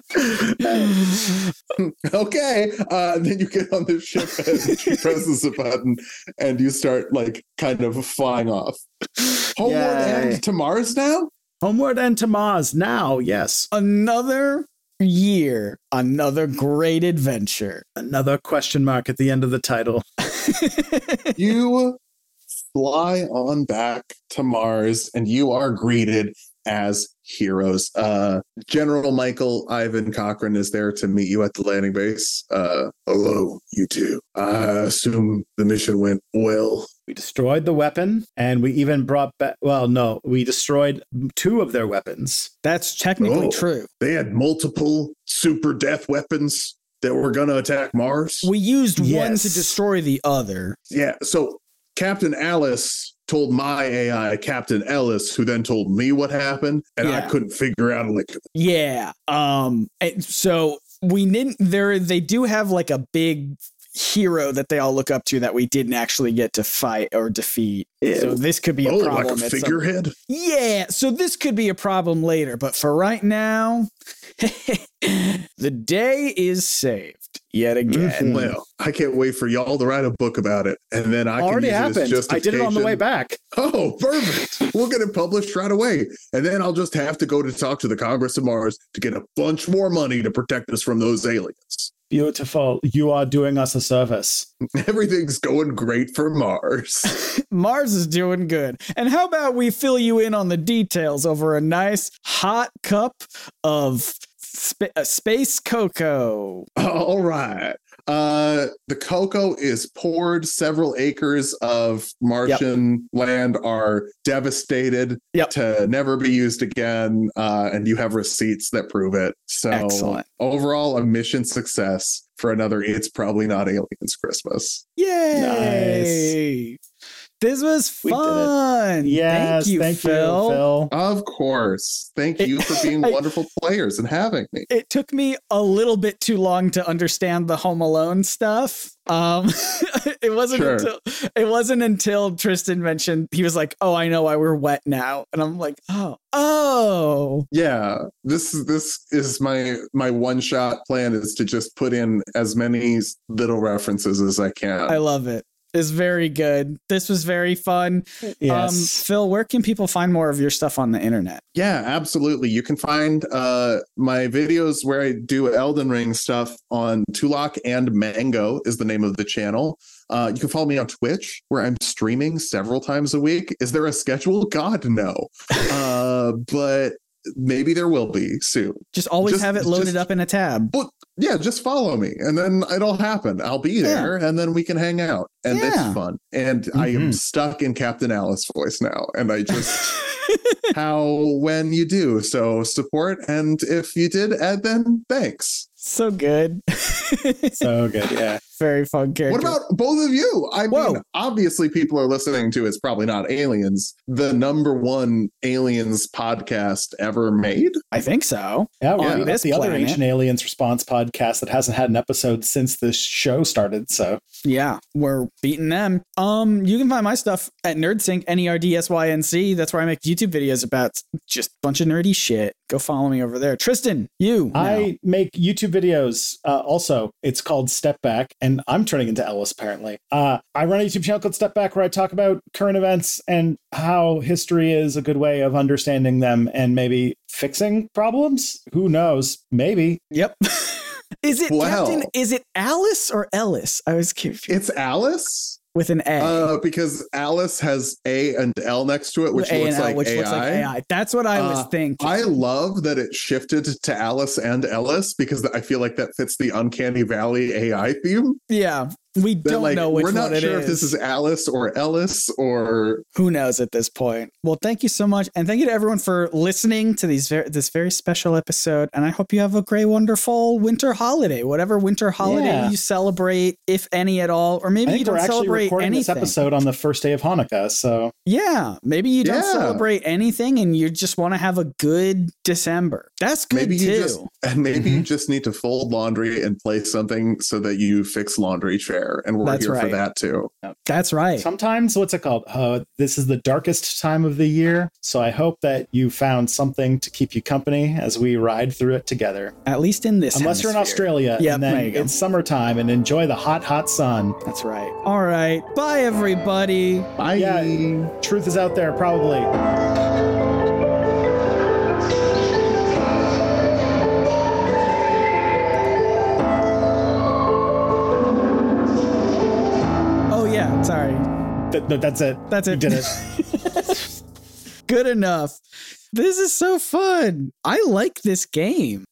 okay uh then you get on the ship and she presses a button and you start like kind of flying off homeward
Yay.
and to mars now
Homeward and to Mars now. Yes.
another year, another great adventure.
Another question mark at the end of the title.
you fly on back to mars and you are greeted as heroes uh general michael ivan cochran is there to meet you at the landing base uh hello you two i assume the mission went well
We destroyed the weapon and we even brought back, well, no, we destroyed two of their weapons.
That's technically
Oh.
true.
they had multiple super death weapons that were going to attack Mars.
We used one
Yes.
to destroy the other.
yeah. So Captain Alice told my AI, Captain Ellis, who then told me what happened, and I
Yeah.
couldn't figure out like
Yeah. Um and so we didn't there they do have like a big hero that they all look up to that we didn't actually get to fight or defeat. So this could be a
oh, like a
problem at some-
figurehead.
Yeah, so this could be a problem later, but for right now the day is saved yet
Mm-hmm.
again.
Well, I can't wait for y'all to write a book about it, and then I can
Already
use it as
happened. I did it on the way
justification.
back.
Oh, perfect! We'll get it published right away, and then I'll just have to go to talk to the Congress of Mars to get a bunch more money to protect us from those aliens.
Beautiful. You are doing us a service.
Everything's going great for Mars.
Mars is doing good. And how about we fill you in on the details over a nice hot cup of sp- uh, space cocoa?
All right. Uh, the cocoa is poured. Several acres of Martian land are devastated
Yep.
to never be used again. Uh, and you have receipts that prove it. So,
Excellent.
overall, a mission success for another It's Probably Not Aliens Christmas.
Yay! This was
We did it.
fun.
Yes,
thank you, Phil.
Phil.
Of course. Thank
It-
you for being
I-
wonderful players and having me.
It took me a little bit too long to understand the Home Alone stuff. Um, it wasn't
Sure.
until it wasn't until Tristan mentioned he was like, "Oh, I know why we're wet now," and I'm like, "Oh, oh,
yeah this this is my my one shot plan is to just put in as many little references as i can
I love it." It's very good. This was very fun. Um,
Yes.
Phil, where can people find more of your stuff on the internet?
yeah absolutely you can find uh my videos where i do elden ring stuff on tulok and mango is the name of the channel uh, you can follow me on Twitch, where I'm streaming several times a week. Is there a schedule? God, no. Uh, but maybe there will be soon.
Just always
Just-
have it loaded
just-
up in a tab.
yeah, just follow me and then it'll happen. I'll be there and then we can hang out. And
Yeah.
it's fun. And I am
Mhm.
stuck in Captain Alice voice now. And I just how when you do. So support. And if you did, and then thanks.
so good.
so good. Yeah.
Very fun character.
What about both of you? I
Whoa.
mean, obviously people are listening to it's probably not aliens, the number one aliens podcast ever made.
I think so.
Yeah.
On
Well,
this
that's the other
planet.
Ancient Aliens Response podcast that hasn't had an episode since this show started. So
Yeah, we're beating them. Um, you can find my stuff at NerdSync, N E R D S Y N C. That's where I make YouTube videos about just a bunch of nerdy shit. Go follow me over there. Tristan, you. now.
I make YouTube videos. Uh, also, it's called Step Back, and I'm turning into Ellis apparently. Uh, I run a YouTube channel called Step Back where I talk about current events and how history is a good way of understanding them and maybe fixing problems. Who knows? Maybe.
Yep. is it
Wow.
Captain? Is it Alice or Ellis? I was confused
It's Alice.
with an A.
Uh, because Alice has A and L next to it, which,
A
looks,
and L,
like
which looks like AI. That's what I was
Uh,
thinking.
I love that it shifted to Alice and Ellis because I feel like that fits the Uncanny Valley AI theme.
yeah, we
That,
don't
like,
know which
we're not
one
sure
it
if this is Alice or Ellis or
who knows at this point well thank you so much and thank you to everyone for listening to these ver- this very special episode and i hope you have a great wonderful winter holiday whatever winter holiday
Yeah.
you celebrate if any at all or maybe
I
you
think we're
don't
actually
celebrate
recording this
anything
episode on the first day of Hanukkah. So
yeah maybe you don't
Yeah.
celebrate anything and you just want to have a good december that's good
maybe
too
you just and maybe you
Mhm.
just need to fold laundry and play something so that you fix laundry chair. And we're
That's
here
right.
for that too.
that's right
sometimes, what's it called? Uh, this is the darkest time of the year. So I hope that you found something to keep you company as we ride through it together.
at least in this
Unless you're in
hemisphere.
Australia,
Yep,
and
there
then
you go.
it's summertime and enjoy the hot, hot sun.
that's right all right bye everybody
Bye.
Yeah. Truth is out there, probably.
oh yeah sorry
Th- th- that's it.
That's
You
it.
did it.
good enough. This is so fun. I like this game.